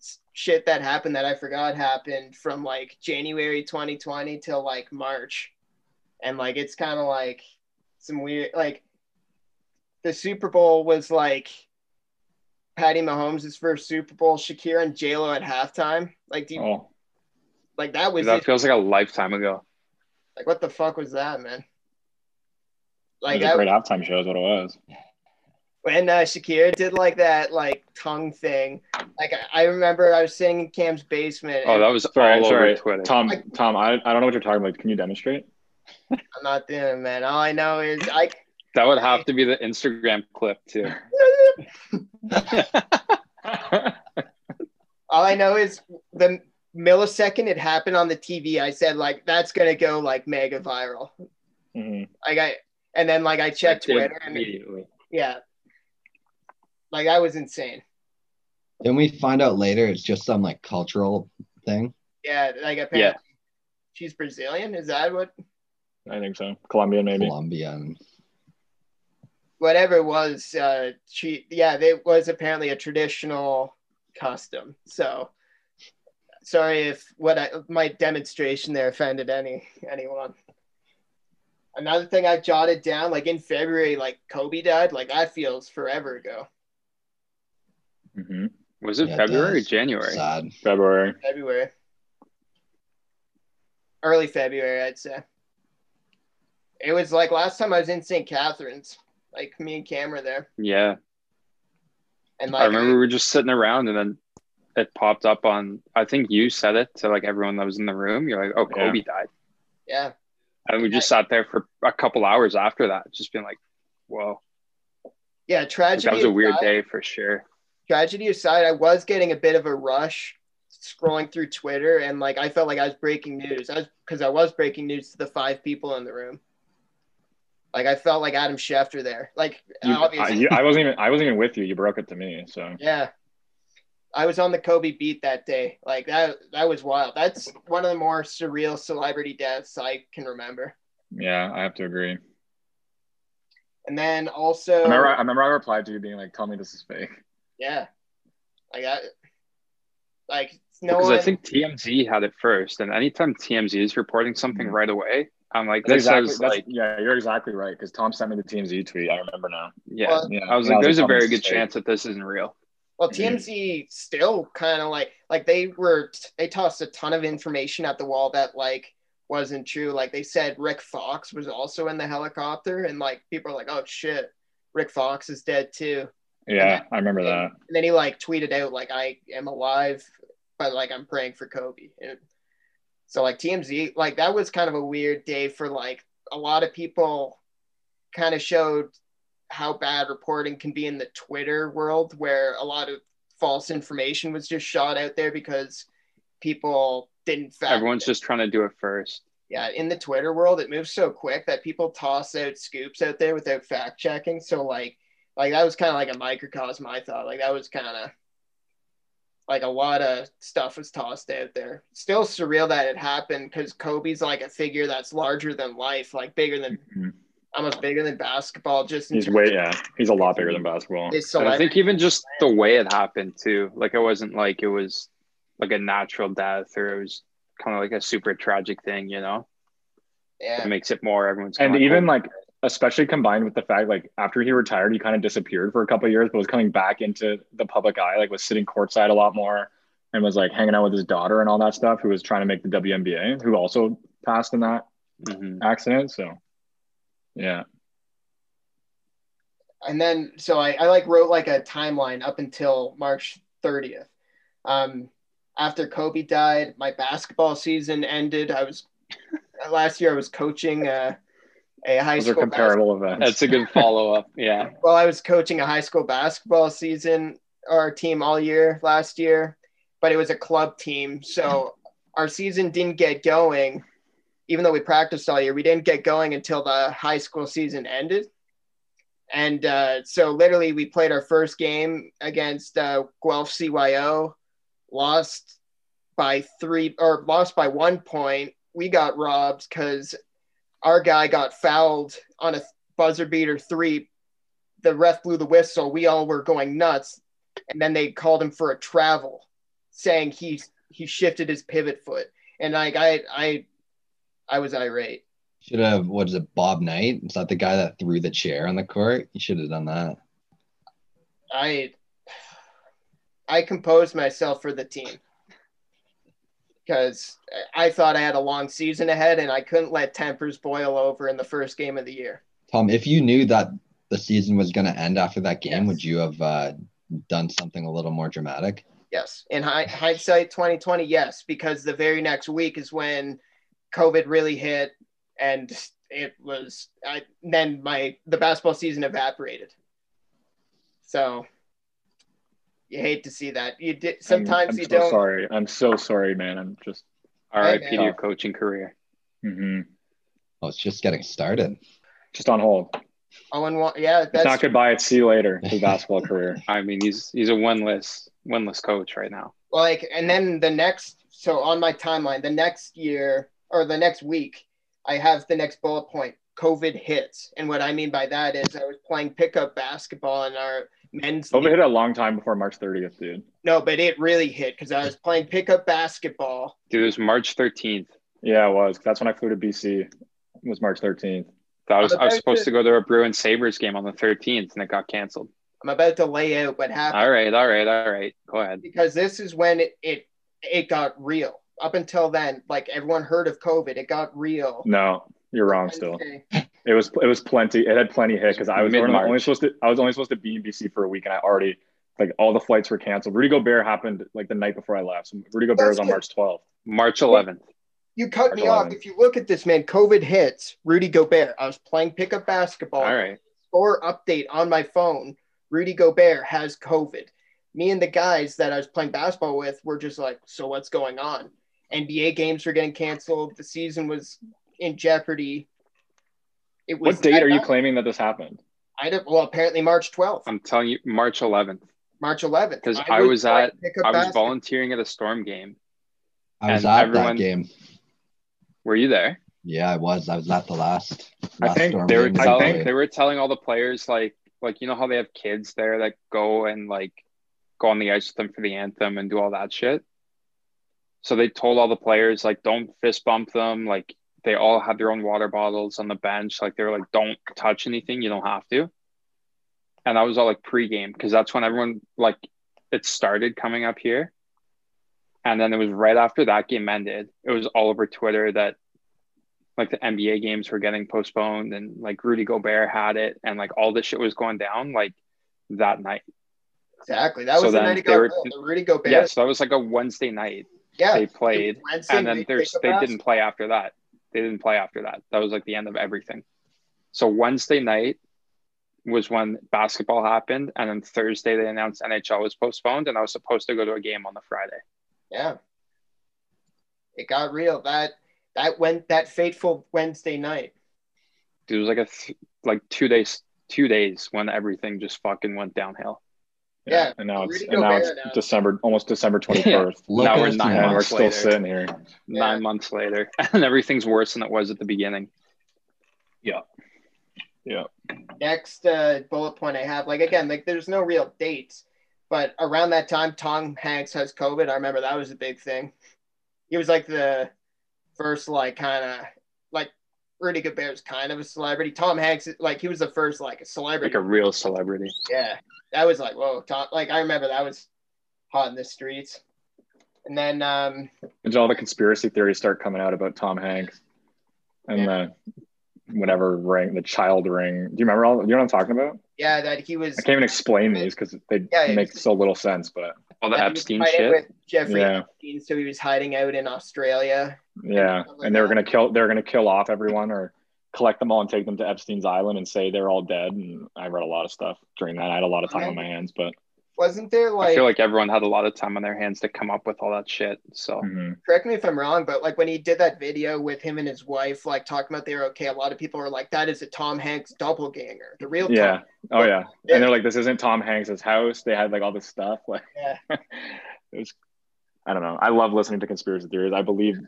s- shit that happened that i forgot happened from like january 2020 till like march and like it's kind of like some weird like the super bowl was like patty mahomes' first super bowl shakira and j-lo at halftime like do you
Oh,
like that was
That
it.
feels like a lifetime ago.
like what the fuck was that, man? Like
it was
that,
a great halftime show is what it was.
when uh, Shakira did like that like tongue thing, like I, I remember I was sitting in Cam's basement.
Oh,
and
that was
Sorry,
all
sorry,
over Twitter.
Tom. Tom, I, I don't know what you're talking about. Can you demonstrate?
I'm not doing it, man. All I know is I.
That would have to be the Instagram clip too.
All I know is the millisecond it happened on the TV, I said like that's gonna go like mega viral.
Mhm.
Like I, and then like I checked Twitter, and
immediately.
yeah, like that was insane.
Then we find out later it's just some like cultural thing.
Yeah, like apparently
Yeah.
she's Brazilian. Is that what?
I think so. Colombian, maybe.
Colombian.
whatever it was uh she yeah it was apparently a traditional custom so sorry if what I, my demonstration there offended any anyone another thing i jotted down like in february like kobe died like that feels forever ago
Mhm.
Was it
Yeah, it
February or
does.
January?
Sad.
February.
february early february i'd say it was like last time i was in st catharines like me and cam were there
Yeah.
and like
I remember we were just sitting around and then it popped up on I think you said it to like everyone that was in the room. You're like, Oh,
Yeah.
Kobe died.
yeah
And we just sat there for a couple hours after that, just being like, Whoa.
yeah tragedy
that was a weird
aside-
day for sure.
tragedy aside, I was getting a bit of a rush scrolling through Twitter, and like I felt like I was breaking news. I was because I was breaking news to the five people in the room. Like I felt like Adam Schefter there. Like
You, I,
obviously,
you, I wasn't even. I wasn't even with you. You broke it to me. So
yeah. I was on the Kobe beat that day. Like that that was wild. That's one of the more surreal celebrity deaths I can remember.
yeah, I have to agree.
And then
I
also
remember. I remember. I replied to you being like, "Tell me this is fake."
yeah. Like I like no
Because
one
I think TMZ had it first. And anytime TMZ is reporting something right away, I'm like,
That's
this
Mm-hmm. exactly.
is
that's-
like
yeah, you're exactly right. Because Tom sent me the TMZ tweet. I remember now.
yeah.
Well,
Yeah,
I was
Yeah,
like, there's a
"Tell me
very
this
good
is fake."
chance that this isn't real.
Well,
Mhm.
TMZ still kind of like like they were they tossed a ton of information at the wall that like wasn't true. Like they said Rick Fox was also in the helicopter, and like people are like, "Oh shit, Rick Fox is dead too."
Yeah, I remember
And,
that.
then he like tweeted out like, "I am alive, but like I'm praying for Kobe." And so like TMZ, like that was kind of a weird day for like a lot of people. Kind of showed how bad reporting can be in the Twitter world, where a lot of false information was just shot out there because people didn't fact
Everyone's
it.
just trying to do it first.
yeah in the twitter world it moves so quick that people toss out scoops out there without fact checking so like like that was kind of like a microcosm i thought like that was kind of like a lot of stuff was tossed out there still surreal that it happened because kobe's like a figure that's larger than life like bigger than
Mhm.
almost bigger than basketball just in
He's
terms
way yeah. He's a lot bigger than basketball.
of his
And I
celebrity.
think even just the way it happened too. Like it wasn't like it was like a natural death or it was kind of like a super tragic thing, you know? It
yeah.
makes it more everyone's
and
kinda
even
like,
like especially combined with the fact like after he retired he kind of disappeared for a couple of years but was coming back into the public eye like was sitting courtside a lot more and was like hanging out with his daughter and all that stuff who was trying to make the WNBA who also passed in that
mhm.
accident so yeah
and then so I, I like wrote like a timeline up until March 30th. Um, after Kobe died, my basketball season ended. I was last year I was coaching a, a high
those are
school basketball
comparable events
That's a good follow up. Yeah.
well, I was coaching a high school basketball season our team all year last year, but it was a club team. So our season didn't get going, even though we practiced all year, we didn't get going until the high school season ended. And uh, so literally we played our first game against uh, Guelph CYO, lost by three or lost by one point. We got robbed because our guy got fouled on a buzzer beater three the ref blew the whistle. We all were going nuts, and then they called him for a travel, saying he he shifted his pivot foot. And like I I I was irate.
Should have what is it, Bob Knight? Is that the guy that threw the chair on the court? You should have done that.
I I composed myself for the team because I thought I had a long season ahead, and I couldn't let tempers boil over in the first game of the year.
Tom, if you knew that the season was gonna end after that game,
Yes.
would you have uh, done something a little more dramatic?
Yes. In hi- hindsight 2020, yes, because the very next week is when COVID really hit and it was I then my the basketball season evaporated. So you hate to see that. You did
I'm-
sometimes
I'm
you
so
don't
sorry i'm so sorry man i'm just
RIP
Hey,
to
man.
your coaching career.
mhm.
Oh, it's just getting started.
just on hold
Owen wa- yeah,
it's not
that's
goodbye it's see you later for the basketball career
I mean, he's he's a winless winless coach right now.
like and then the next so on my timeline, the next year or the next week, I have the next bullet point. COVID hits. And what I mean by that is I was playing pickup basketball in our men's
over
league.
hit a long time before march 30th dude
No, but it really hit because I was playing pickup basketball.
Dude, it was March 13th.
yeah it was that's when i flew to bc it was march 13th
That was,
I'm
I
about
was supposed
to-
to go to a Bruins Sabres game on the 13th and it got canceled.
I'm about to lay out what happened
All right, all right, all right. Go ahead.
because this is when it, it it got real. Up until then, like everyone heard of COVID, it got real. uh,
no you're wrong still
Wednesday.
It was it was plenty. It had plenty hit because I was only,
Mid-March.
only supposed to I was only supposed to be in BC for a week, and I already like all the flights were canceled. Rudy Gobert happened like the night before I left. So Rudy Gobert was on March 12th.
March 11th.
You cut me
March
off.
11.
If you look at this, man, COVID hits Rudy Gobert. I was playing pickup basketball.
All right.
Score update on my phone. Rudy Gobert has COVID. Me and the guys that I was playing basketball with were just like, so what's going on? NBA games were getting canceled. The season was in jeopardy. It was
What date
that
are you
night.
claiming that this happened?
I don't, well, apparently March 12th,
I'm telling you, March 11th.
March 11th.
'Cause I was
playing
at-
pickup
I was
basketball.
volunteering at a Storm game.
I was
And
at
everyone-
that game.
Were you there?
Yeah, I was. I was at the last.
I
last
think
Storm
They were
game we
I
telling
played.
think-
they were telling all the players like like you know how they have kids there that go and like go on the ice with them for the anthem and do all that shit. So they told all the players like don't fist bump them. Like they all had their own water bottles on the bench. Like they were like don't touch anything. You don't have to. And that was all like pregame because that's when everyone like it started coming up here. And then it was right after that game ended. It was all over Twitter that like the NBA games were getting postponed and like Rudy Gobert had it and like all this shit was going down like that night.
Exactly. That
So
was the
then
night it
they
got
were-
built. The Rudy Gobert.
Yeah, so that was like a Wednesday night
yeah.
they played,
Wednesday
and then
night
there's
pickup
they
basketball.
didn't play after that. They didn't play after that. That was like the end of everything. So Wednesday night, was when basketball happened, and then Thursday they announced NHL was postponed, and I was supposed to go to a game on the Friday.
Yeah. It got real. That that went that fateful Wednesday night.
It was like a th- like two days, two days when everything just fucking went downhill.
Yeah,
and now it's
Rudy
and now
Gobert
it's
announced-
December, almost December twenty first,
Look
Now
at
we're
us now.
nine
and we're
months
still
later.
sitting here.
Yeah.
Nine months later, and everything's worse than it was at the beginning.
next uh, bullet point I have, like again, like there's no real dates, but around that time, Tom Hanks has COVID. I remember that was a big thing. He was like the first, like kind of like Rudy Gobert's kind of a celebrity. Tom Hanks, like he was the first, like a
Like
celebrity.
a real celebrity.
yeah, that was like whoa, Tom. Like I remember that was hot in the streets. And then um,
And all the conspiracy theories start coming out about Tom Hanks and the whatever ring, the child ring. Do you remember all? You know what I'm talking about?
yeah, that he was
I can't even explain these because they
Yeah, yeah.
make so little sense. But
All the
that he was
Epstein
fighting
shit.
with Jeffrey
Yeah.
Epstein, so he was hiding out in Australia.
yeah, and they were gonna kill. They were gonna kill off everyone or collect them all and take them to Epstein's island and say they're all dead. And I read a lot of stuff during that. I had a lot of time on my hands, but
Wasn't there
I feel like everyone had a lot of time on their hands to come up with all that shit. So
Hmm.
mhm.
correct me if I'm wrong, but like when he did that video with him and his wife, like talking about they were okay, a lot of people were like, that is a Tom Hanks doppelganger. The real
yeah.
Tom.
Oh yeah. And they're like, this isn't Tom Hanks's house. They had like all this stuff. Like,
Yeah.
it was. I don't know. I love listening to conspiracy theories. I believe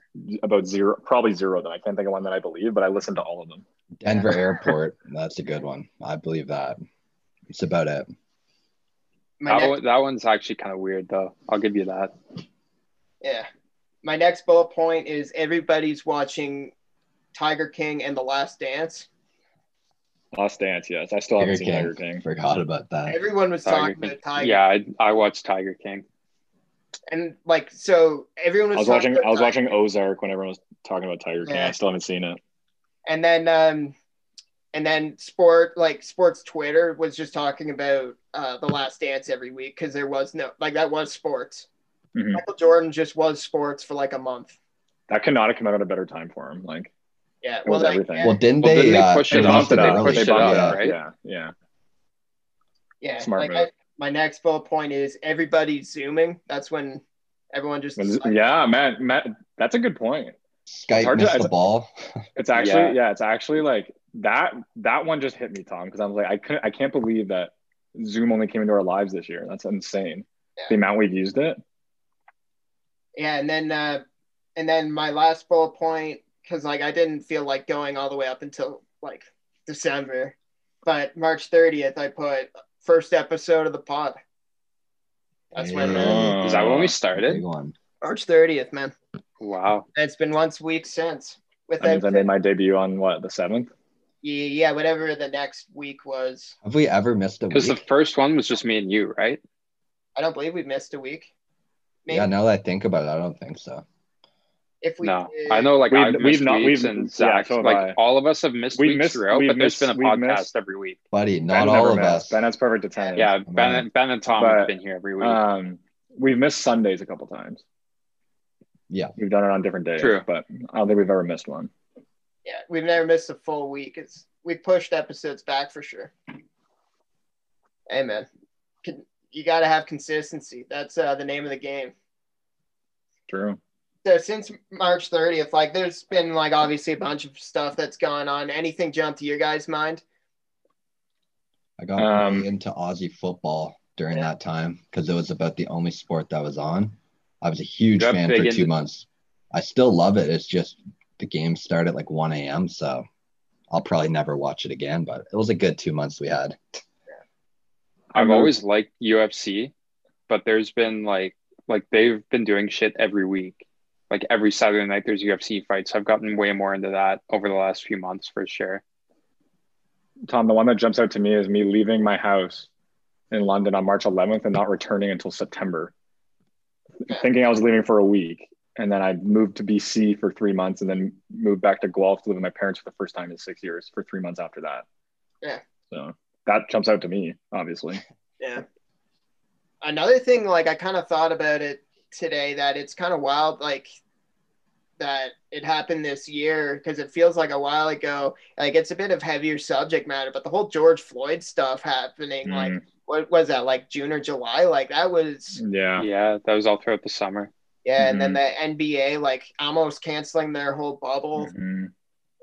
about zero, probably zero of them. I can't think of one that I believe, but I listen to all of them.
Denver Airport. That's a good one. I believe that. It's about it.
My
that,
next,
one, that one's actually kind of weird, though. I'll give you that.
yeah. My next bullet point is everybody's watching Tiger King and The Last Dance.
Lost Dance, yes. I still haven't seen Tiger King.
Forgot about that.
Everyone was
Tiger
talking
King.
about Tiger.
Yeah, I, I watched Tiger King.
And like so everyone
I
was,
was
talking
watching.
about
I was
Tiger-
watching Ozark when everyone was talking about Tiger King.
Yeah.
I still haven't seen it.
and then um and then sport like sports Twitter was just talking about uh The Last Dance every week because there was no like that was sports.
Mhm.
Michael Jordan just was sports for like a month.
That could not have come out at a better time for him. Like
Yeah,
it
well,
was
like,
everything.
Yeah,
Well, didn't
Well,
they?
didn't they
uh,
push
they
it
announce
bumped it
They
up.
pushed
They
it
bumped it
up,
up.
right?
Yeah, yeah.
yeah.
Smart
like,
move.
I- my next bullet point is everybody's zooming. That's when everyone just
Yeah, Matt. Matt, that's a good point.
Skype
hard to-
missed the
it's-
ball.
It's actually yeah.
Yeah.
it's actually like that that one just hit me, Tom, because I was like, I couldn't I can't believe that Zoom only came into our lives this year. That's insane.
Yeah.
The amount we've used it.
yeah, and then uh, and then my last bullet point because like I didn't feel like going all the way up until like December, but March thirtieth I put first episode of the pod. That's when uh,
Yeah.
Is that when we
Big
started?
one.
March thirtieth, man.
Wow.
And it's been once a week since. With
That means I
every-
made my debut on what the seventh.
yeah, yeah, whatever the next week was.
Have we ever missed a
Because the
week?
first one was just me and you, right?
I don't believe we missed a week.
Yeah, now that I think about it, I don't think so.
if we
no,
did-
I know. Like
We've-
I've
we've
missed
not-
weeks
we've-
and
yeah,
Zach.
so have
like
I.
all of us have missed
We've
weeks
missed-
throughout,
we've
but
missed-
there's been a
we've
podcast
missed-
every week.
Buddy, not
Ben
all
never
of
missed.
us.
Ben has perfect attendance.
Yeah,
Come
Ben
on.
and, ben and Tom
But,
have been here every week.
Um, we've missed Sundays a couple times.
Yeah.
We've done it on different days.
True.
But I don't think we've ever missed one.
Yeah, we've never missed a full week. It's we pushed episodes back for sure. Hey man, Con- you got to have consistency. That's uh, the name of the game.
True.
So since March 30th, like there's been like obviously a bunch of stuff that's gone on. Anything jump to your guys' mind?
I got
Um,
really into Aussie football during that time because it was about the only sport that was on. I was a huge
Got
fan
big
for two
into-
months. I still love it. It's just the games start at like 1 a.m. So I'll probably never watch it again, but it was a good two months we had.
I've
I'm
always liked UFC, but there's been like like they've been doing shit every week. Like every Saturday night there's UFC fights. I've gotten way more into that over the last few months for sure.
Tom, the one that jumps out to me is me leaving my house in London on March 11th and not returning until September, thinking I was leaving for a week. And then I moved to BC for three months and then moved back to Guelph to live with my parents for the first time in six years for three months after that.
Yeah.
So that jumps out to me, obviously.
Yeah. Another thing, like I kind of thought about it today, that it's kind of wild. Like that it happened this year because it feels like a while ago. Like it's a bit of heavier subject matter, but the whole George Floyd stuff happening,
Mm.
like what was that, like June or July? Like that was
yeah.
Yeah, that was all throughout the summer.
yeah, and
Mm-hmm.
then the NBA like almost canceling their whole bubble,
Mhm.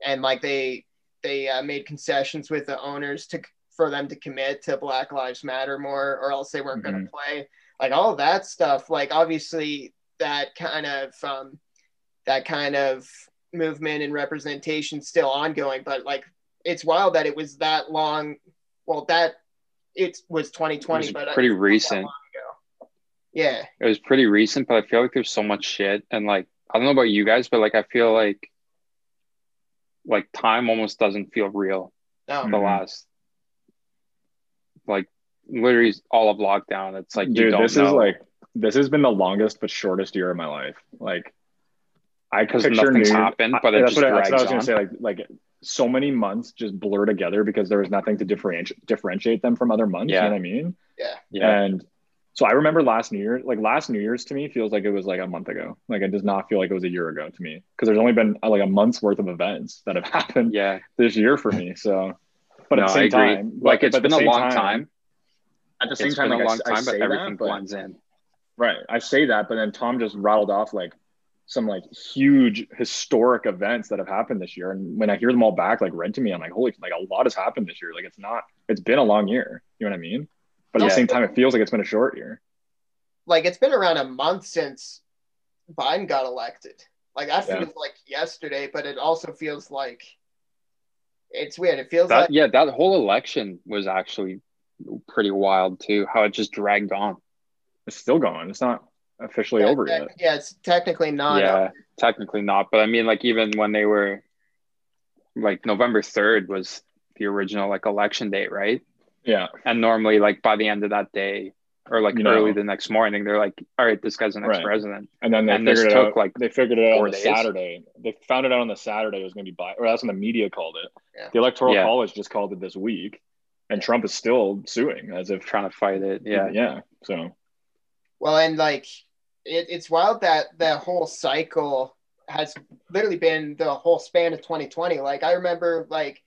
and like they they uh, made concessions with the owners to for them to commit to Black Lives Matter more, or else they weren't
Mm-hmm.
going to play. Like all that stuff. Like obviously that kind of um, that kind of movement and representation still ongoing, but like it's wild that it was that long. Well, that it was 2020,
it was
but I-
pretty
it's not that
recent.
long. yeah,
It was pretty recent, but I feel like there's so much shit, and like I don't know about you guys, but like I feel like like time almost doesn't feel real.
no,
The
Mhm.
last like literally all of lockdown, it's like you
Dude,
don't
this
know.
is like this has been the longest but shortest year of my life. Like I
because
picture news-
nothing's happened,
I-
but it
that's
just
what, I- that's
drags
what I was
on.
gonna say. Like like so many months just blur together because there was nothing to differentiate differentiate them from other months. You
Yeah.
know what I mean?
Yeah,
And so I remember last New Year, like last New Year's to me feels like it was like a month ago. Like it does not feel like it was a year ago to me because there's only been uh, like a month's worth of events that have happened
yeah.
this year for me. So, but at
No,
the same
I agree.
time, but-
like it's
but at the
been a
same
long time.
At the
It's
same
been
time,
a
like, I
long
s- I
time, but
say that,
everything
but-
blends in.
Right. I say that, but then Tom just rattled off like some like huge historic events that have happened this year. And when I hear them all back, like read to me, I'm like, holy, like a lot has happened this year. Like it's not, it's been a long year. You know what I mean? But at the
Yeah.
same time, it feels like it's been a short year.
like it's been around a month since Biden got elected. Like that
Yeah.
feels like yesterday, but it also feels like it's weird. It feels
That
like
yeah, that whole election was actually pretty wild too. How it just dragged on.
It's still gone. It's not officially over
yeah,
yet.
yeah, it's technically not.
yeah, technically not, but I mean, like even when they were, like November third was the original like election date, right?
Yeah.
And normally, like by the end of that day, or like
You know.
early the next morning, they're like, "All right, this guy's the next
Right.
president."
And then they
And this
figured it
took,
out.
like,
Like they figured it out
four
on the
days.
Saturday. They found it out on the Saturday. It was going to be by, or that's when the media called it.
Yeah.
The electoral
Yeah.
college just called it this week, and Trump is still suing as if
Trying to fight it, yeah.
yeah. So
Well, and like it, it's wild that that whole cycle has literally been the whole span of 2020. Like I remember, like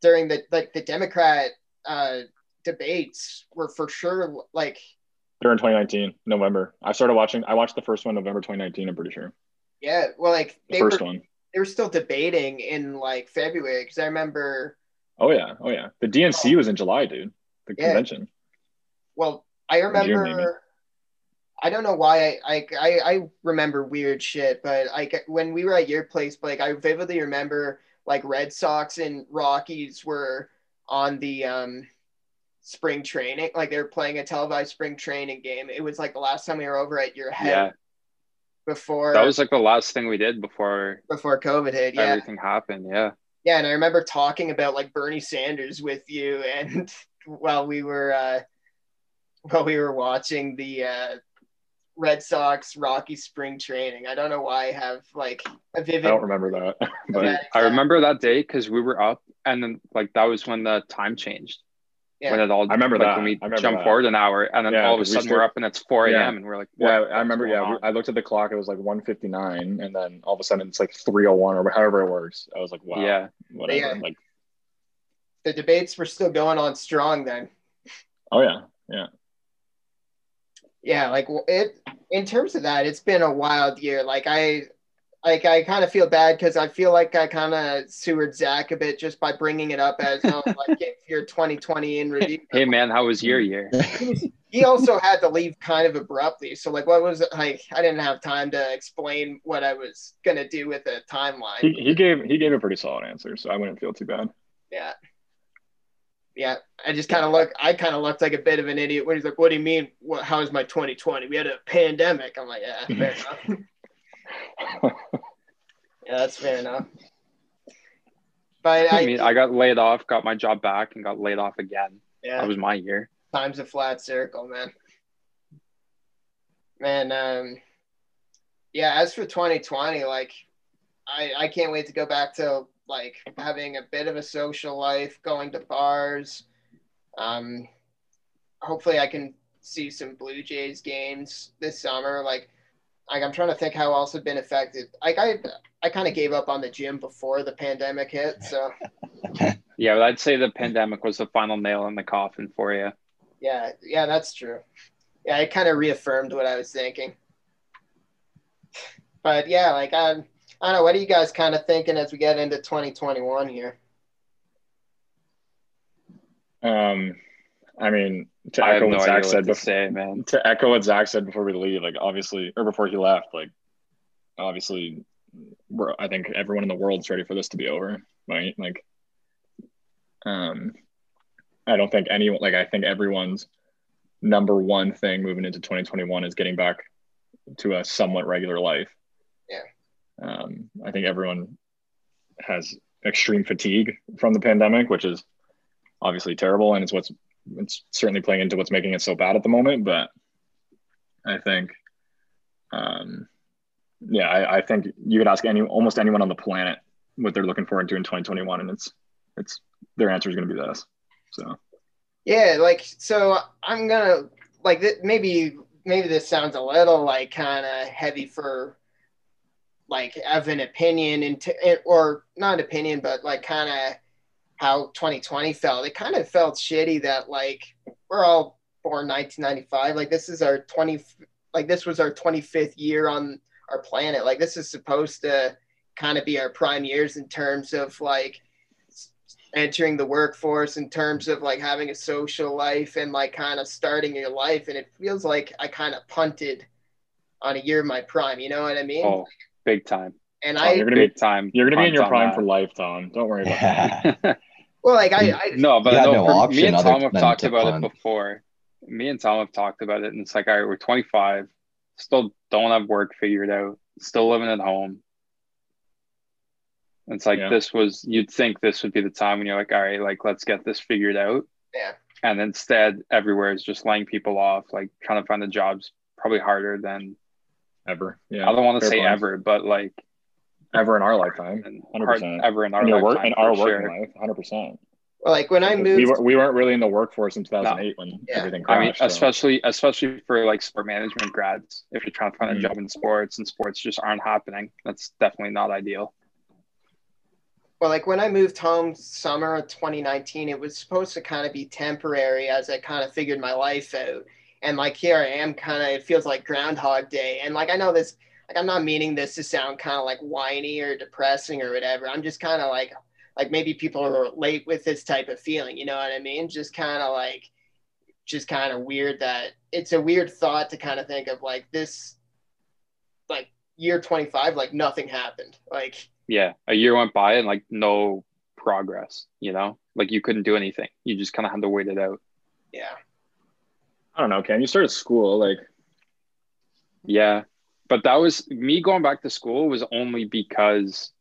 during the like the Democrat uh, debates were for sure like
They're in 2019, November. I started watching. I watched the first one November 2019. I'm pretty sure
yeah, well like
the
they were
first one.
they were still debating in like February because I remember.
Oh yeah, oh yeah. The DNC was in July, dude. The
Yeah.
convention.
Well, I
maybe.
remember. I don't know why I, I I I remember weird shit, but I get- when we were at your place, like I vividly remember like Red Sox and Rockies were on the um spring training, like they were playing a televised spring training game. It was like the last time we were over at your head
Yeah,
before
that was like the last thing we did before
before COVID hit. Yeah,
everything happened. Yeah,
yeah, and I remember talking about like Bernie Sanders with you, and while we were uh, while we were watching the uh, Red Sox Rocky spring training. I don't know why I have like a
I
vivid.
don't remember that, but
Yeah,
I remember that day because we were up, and then like that was when the time changed.
Yeah.
When it all,
I remember
like
that.
when we
I remember
jump
that.
forward an hour, and then
Yeah,
all of a
'cause we
sudden
still-
we're up and it's four a.m.
Yeah.
and we're like,
yeah,
what
I remember.
the fuck's
Yeah,
going
we- I looked at the clock. It was like 1:59, and then all of a sudden it's like 3:01 or however it works. I was like, wow.
on?" yeah,
Whatever.
Yeah.
Like,
the debates were still going on strong then.
oh yeah.
Yeah, like w- it. In terms of that, it's been a wild year. Like I, like I kind of feel bad because I feel like I kind of sewered Zach a bit just by bringing it up as oh, like if you're 2020 in review.
Hey man, how was your year?
he also had to leave kind of abruptly. So like, what was it like? I didn't have time to explain what I was gonna do with the
He,
timeline.
he gave he gave a pretty solid answer, so I wouldn't feel too bad.
Yeah, yeah. I just kind of look. I kind of looked like a bit of an idiot when he's like, "What do you mean? What, how is my 2020? We had a pandemic." I'm like, "Yeah, fair enough. Yeah, that's fair enough." But I,
I mean, I got laid off, got my job back, and got laid off again.
yeah,
That was my year.
time's a flat circle, man. Man, um, yeah. As for 2020, like, I I can't wait to go back to like having a bit of a social life, going to bars. Um, hopefully, I can see some Blue Jays games this summer. Like, like I'm trying to think how else have been affected. Like I I kind of gave up on the gym before the pandemic hit, so
Yeah, but I'd say the pandemic was the final nail in the coffin for you.
yeah, yeah, that's true. Yeah, it kind of reaffirmed what I was thinking. But yeah, like I I don't know. What are you guys kind of thinking as we get into 2021 here?
Um, I mean, to
I have
echo
no
what Zach
idea what
said
to
before,
say, man.
to echo what Zach said before we leave, like obviously, or before he left, like obviously, we're, I think everyone in the world's ready for this to be over, right? Like, um, I don't think anyone, like, I think everyone's number one thing moving into 2021 is getting back to a somewhat regular life.
Yeah.
Um, I think everyone has extreme fatigue from the pandemic, which is obviously terrible, and it's what's it's certainly playing into what's making it so bad at the moment. But I think, um, yeah, I, I think you could ask any almost anyone on the planet what they're looking forward to in 2021, and it's it's their answer is going to be this. So
Yeah, like so I'm gonna like th- maybe maybe this sounds a little like kind of heavy for like of an opinion and t- or not an opinion but like kind of how 2020 felt. It kind of felt shitty that like we're all born 1995. Like this is our 20 like this was our 25th year on our planet. Like this is supposed to kind of be our prime years in terms of like entering the workforce in terms of like having a social life and like kind of starting your life and it feels like i kind of punted on a year of my prime you know what i mean
Oh, big time.
and
Oh,
i
you're gonna be
Big time.
you're going to be in your
punt on
prime
that.
for life, Tom. Don't worry about it.
Yeah.
well like i, I
No, but
You had
no,
no
for-
option
me and
other
Tom have
than
talked
to
about
punt.
it before. Me and Tom have talked about it, and it's like, all right, we're 25, still don't have work figured out, still living at home. It's like
Yeah.
this was you'd think this would be the time when you're like, all right, like let's get this figured out.
Yeah.
And instead, everywhere is just laying people off, like trying to find a job's probably harder than
ever.
I
Yeah,
don't want to
fair
say
point.
ever, but like
ever in our lifetime,
hard,
100%.
ever in our
in your work,
lifetime,
in our
for
working
sure.
life, 100. percent
well, like when i moved
We, were, we weren't really in the workforce in 2008 when
Yeah.
everything
I mean,
crashed. so-
especially especially for like sport management grads, if you're trying to find a job in sports and sports just aren't happening, that's definitely not ideal.
Well, like when I moved home summer of 2019, it was supposed to kind of be temporary as I kind of figured my life out. And like here I am, kind of, it feels like Groundhog Day. And like I know this, like I'm not meaning this to sound kind of like whiny or depressing or whatever. I'm just kind of like, like maybe people relate with this type of feeling. You know what I mean? Just kind of like, just kind of weird that it's a weird thought to kind of think of like this, like year 25, like nothing happened. Like,
Yeah, a year went by and like no progress. You know, like you couldn't do anything. You just kind of had to wait it out.
yeah.
I don't know, Ken. You started school, like
Yeah, but that was me going back to school was only because,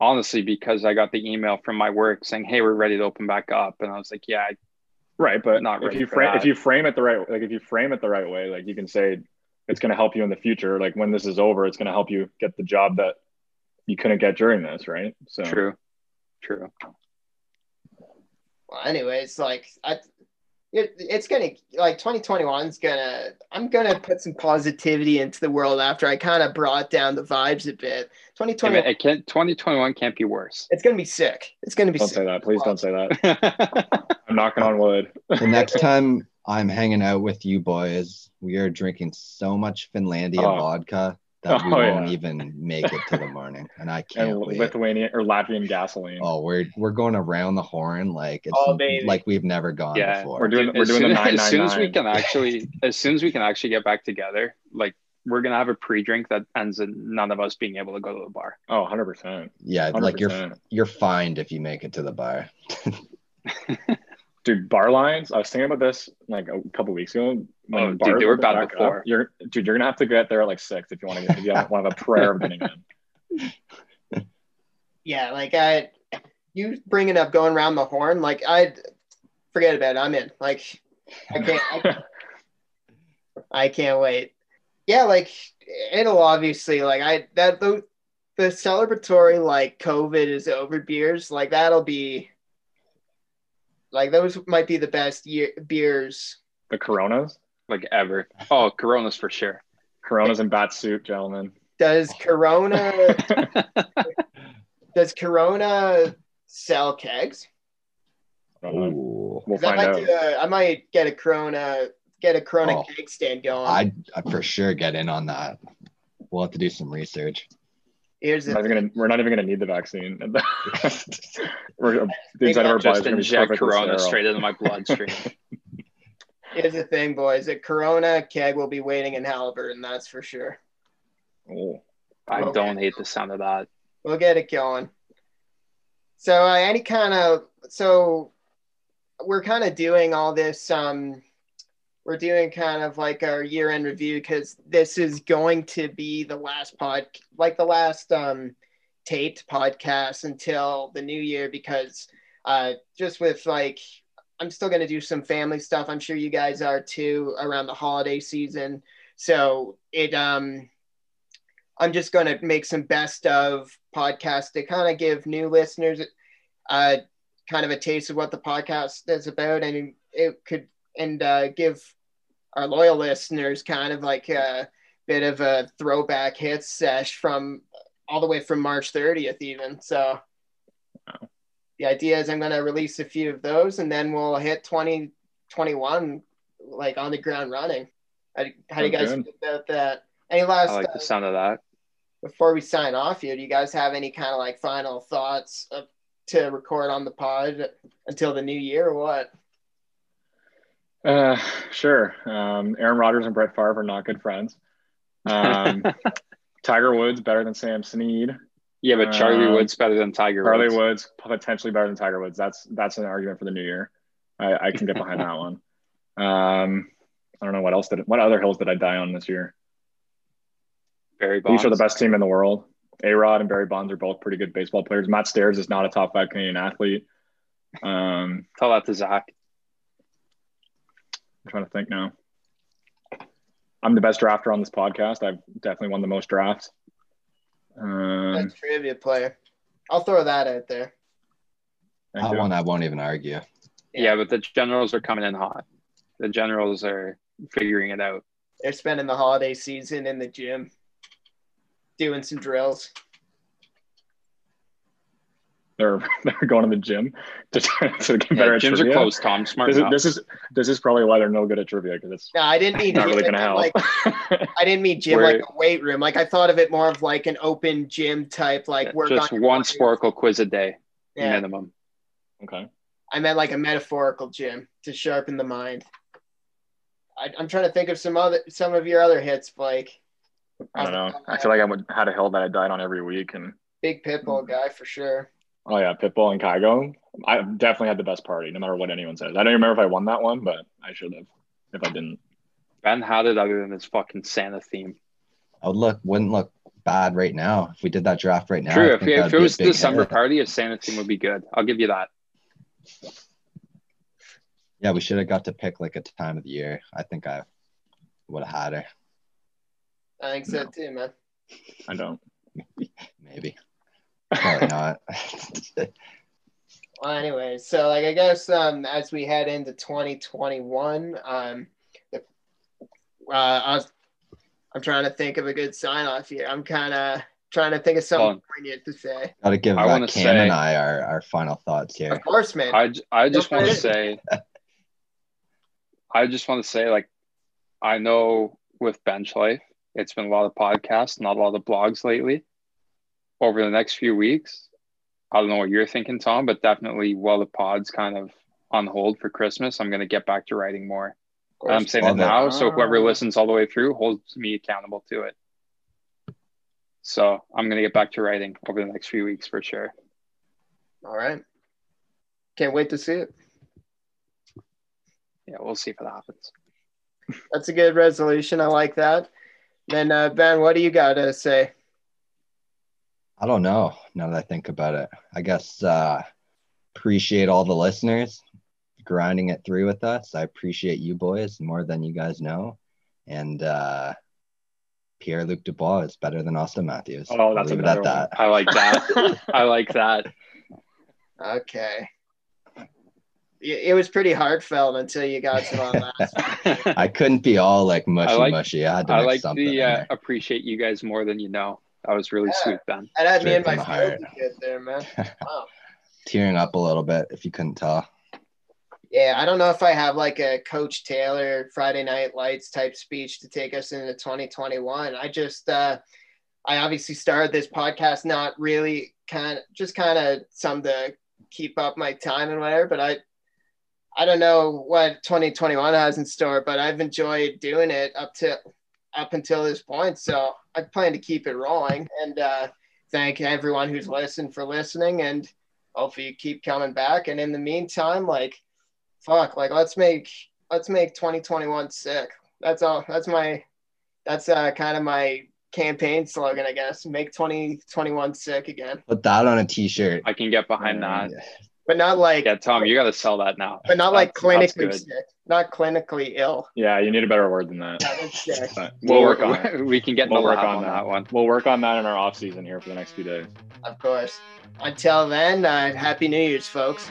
honestly, because I got the email from my work saying, "Hey, we're ready to open back up," and I was like, "Yeah, I
right, but
Not
if
ready
you
for
frame
that.
if you frame it the right like if you frame it the right way, like you can say it's going to help you in the future. Like when this is over, it's going to help you get the job that you couldn't get during this, right? So
True. True.
well, anyways, like I, it, it's gonna like 2021's gonna. I'm gonna put some positivity into the world after I kind of brought down the vibes a bit.
I
2020,
mean, it can't 2021 can't be worse.
it's gonna be sick. It's gonna be
don't
sick.
say that. Please don't say that. I'm knocking on wood.
the next time I'm hanging out with you boys, we are drinking so much Finlandia
Oh.
vodka that we
Oh,
won't
yeah.
even make it to the morning. And I can't
And
wait.
Lithuanian or Latvian gasoline.
Oh, we're we're going around the horn like it's
Oh, baby.
like we've never gone
Yeah,
before.
we're doing we're
as
doing the
soon,
nine
as
nine
soon as we
nine.
can actually as soon as we can actually get back together like we're gonna have a pre-drink that ends in none of us being able to go to the bar
Oh, 100 percent.
yeah, like
Like
you're
your
you're fined if you make it to the bar.
dude bar lines. I was thinking about this like a couple weeks ago. When
Oh, dude,
bars
they were
opened
bad
back up,
before.
you're dude, you're gonna have to get there at like six if you want to get if you want to have a prayer of getting in.
Yeah, like I, you bringing up going around the horn, like I, forget about it. I'm in. Like I can't. I, I can't wait. Yeah, like it'll obviously like I that the the celebratory like COVID is over beers like that'll be like those might be the best year beers.
The Coronas.
like ever oh corona's for sure
Corona's in bat soup, gentlemen.
Does Corona does Corona sell kegs?
I don't know.
Ooh.
We'll
'Cause I
find
might
out.
do a- I might get a Corona get a Corona
Oh.
keg stand going.
I'd, I'd for sure get in on that. We'll have to do some research.
Here's
We're not,
the
even gonna, we're not even gonna need the vaccine. we're, the
Maybe
inside of
I'll
our bodies
Just
are gonna be
inject
perfectly
Corona
sterile.
straight into my bloodstream.
here's the thing, boys. A Corona keg will be waiting in Halliburton, that's for sure.
Oh.
I don't hate the sound of that.
We'll get it going. So uh, any kind of so we're kind of doing all this um we're doing kind of like our year end review cuz this is going to be the last pod like the last um taped podcast until the new year because uh just with like I'm still going to do some family stuff. I'm sure you guys are too around the holiday season. So it um I'm just going to make some best of podcasts to kind of give new listeners uh, kind of a taste of what the podcast is about, and it could and uh, give our loyal listeners kind of like a bit of a throwback hit sesh from all the way from March 30th, even. So the idea is I'm going to release a few of those, and then we'll hit 2021 like on the ground running. How do how do you guys
Sounds
feel about that? Any last
I like
uh,
the sound of that.
before we sign off here, do you guys have any kind of like final thoughts of, to record on the pod until the new year or what?
Uh, sure. Um, Aaron Rodgers and Brett Favre are not good friends. Um, Tiger Woods better than Sam Snead.
Yeah, but Charlie
Um,
Woods better than Tiger
Charlie
Woods.
Woods potentially better than Tiger Woods. That's that's an argument for the new year. I, I can get behind that one. Um, I don't know what else did what other hills did I die on this year?
Barry
These are the
Bonds.
best team in the world. A Rod and Barry Bonds are both pretty good baseball players. Matt Stairs is not a top five Canadian athlete. Um,
Tell that to Zach.
I'm trying to think now. I'm the best drafter on this podcast. I've definitely won the most drafts. Um,
Best trivia player. I'll throw that out there.
thank
That
you.
one I won't even argue.
Yeah.
Yeah. but the generals are coming in hot. The generals are figuring it out.
They're spending the holiday season in the gym doing some drills.
they're they're going to the gym to try to get
Yeah,
better at
gyms
trivia.
are closed, Tom. Smart
This is,
enough.
this is this is probably why they're no good at trivia because it's
No, I didn't mean
not really
gym
gonna help.
like I didn't mean gym
Where-
like a weight room. Like I thought of it more of like an open gym type, like work
Just
on your
one
body.
Sporkle quiz a day
Yeah.
minimum.
okay,
I meant like a metaphorical gym to sharpen the mind. I, I'm trying to think of some other some of your other hits, Blake.
I don't know. I feel like Mm. I would, had a hill that I died on every week, and
Big pitbull guy for sure.
oh yeah, Pitbull and Kygo. I definitely had the best party, no matter what anyone says. I don't remember if I won that one, but I should have if I didn't.
Ben had it other than his fucking Santa theme.
I would look wouldn't look bad right now if we did that draft right now. I
True. If,
think
if
that'd
it
be a
was
big
December
hit.
party, a Santa theme would be good. I'll give you that.
Yeah, we should have got to pick like a time of the year. I think I would have had her,
I think so too, man.
I don't.
maybe. Probably not.
Well, anyway, so like I guess um, as we head into 2021, um, the- uh, I was, I'm trying to think of a good sign off here. I'm kind of trying to think of something
Colin.
poignant to say.
Gotta give
I
uh, Cam
wanna say-
and I our, our final thoughts here.
Of course, man.
I, j- I just
Don't
want to
forget.
say, I just want to say, like, I know with bench life, it's been a lot of podcasts, not a lot of blogs lately. Over the next few weeks, I don't know what you're thinking, Tom, but definitely while the pod's kind of on hold for Christmas, I'm going to get back to writing more.
Of course.
I'm saying it
Love it.
now, so whoever
Ah.
listens all the way through holds me accountable to it. So I'm going to get back to writing over the next few weeks for sure.
All right. Can't wait to see it.
Yeah, we'll see if it happens.
That's a good resolution. I like that. Then uh, Ben, what do you got to say?
I don't know now that I think about it. I guess uh appreciate all the listeners grinding it through with us. I appreciate you boys more than you guys know. And uh Pierre Luc Dubois is better than Austin Matthews.
Oh, that's
Leave it
another one.
at that.
I like that. I like that.
Okay. it it was pretty heartfelt until you got to my last.
I
I couldn't be all like mushy
I like-
mushy. I had to mix
like
something. in
the uh,
there.
appreciate you guys more than you know. That was really
Yeah.
sweet, Ben.
I'd have me
Straight
and my
from the heart.
friends get there, man.
Tearing up a little bit if you couldn't tell.
Yeah, I don't know if I have like a Coach Taylor Friday Night Lights type speech to take us into 2021. I just, uh, I obviously started this podcast not really kind of just kind of some to keep up my time and whatever, but I, I don't know what 2021 has in store, but I've enjoyed doing it up to up until this point. So I plan to keep it rolling and uh, thank everyone who's listened for listening and hopefully you keep coming back. And in the meantime, like, fuck like let's make let's make 2021 sick that's all that's my that's uh kind of my campaign slogan i guess make 2021 sick again
Put that on a t-shirt.
I can get behind that.
Yeah.
but not like
Yeah, Tom, you got to sell that now.
but not like
That's- that's
clinically
good.
sick not clinically ill
Yeah, you need a better word than that.
That is sick.
But
We'll work on it. We can get in
We'll
the
work
lab on,
on that.
that one.
We'll work on that in our off season here for the next few days.
of course until then uh, happy new year's folks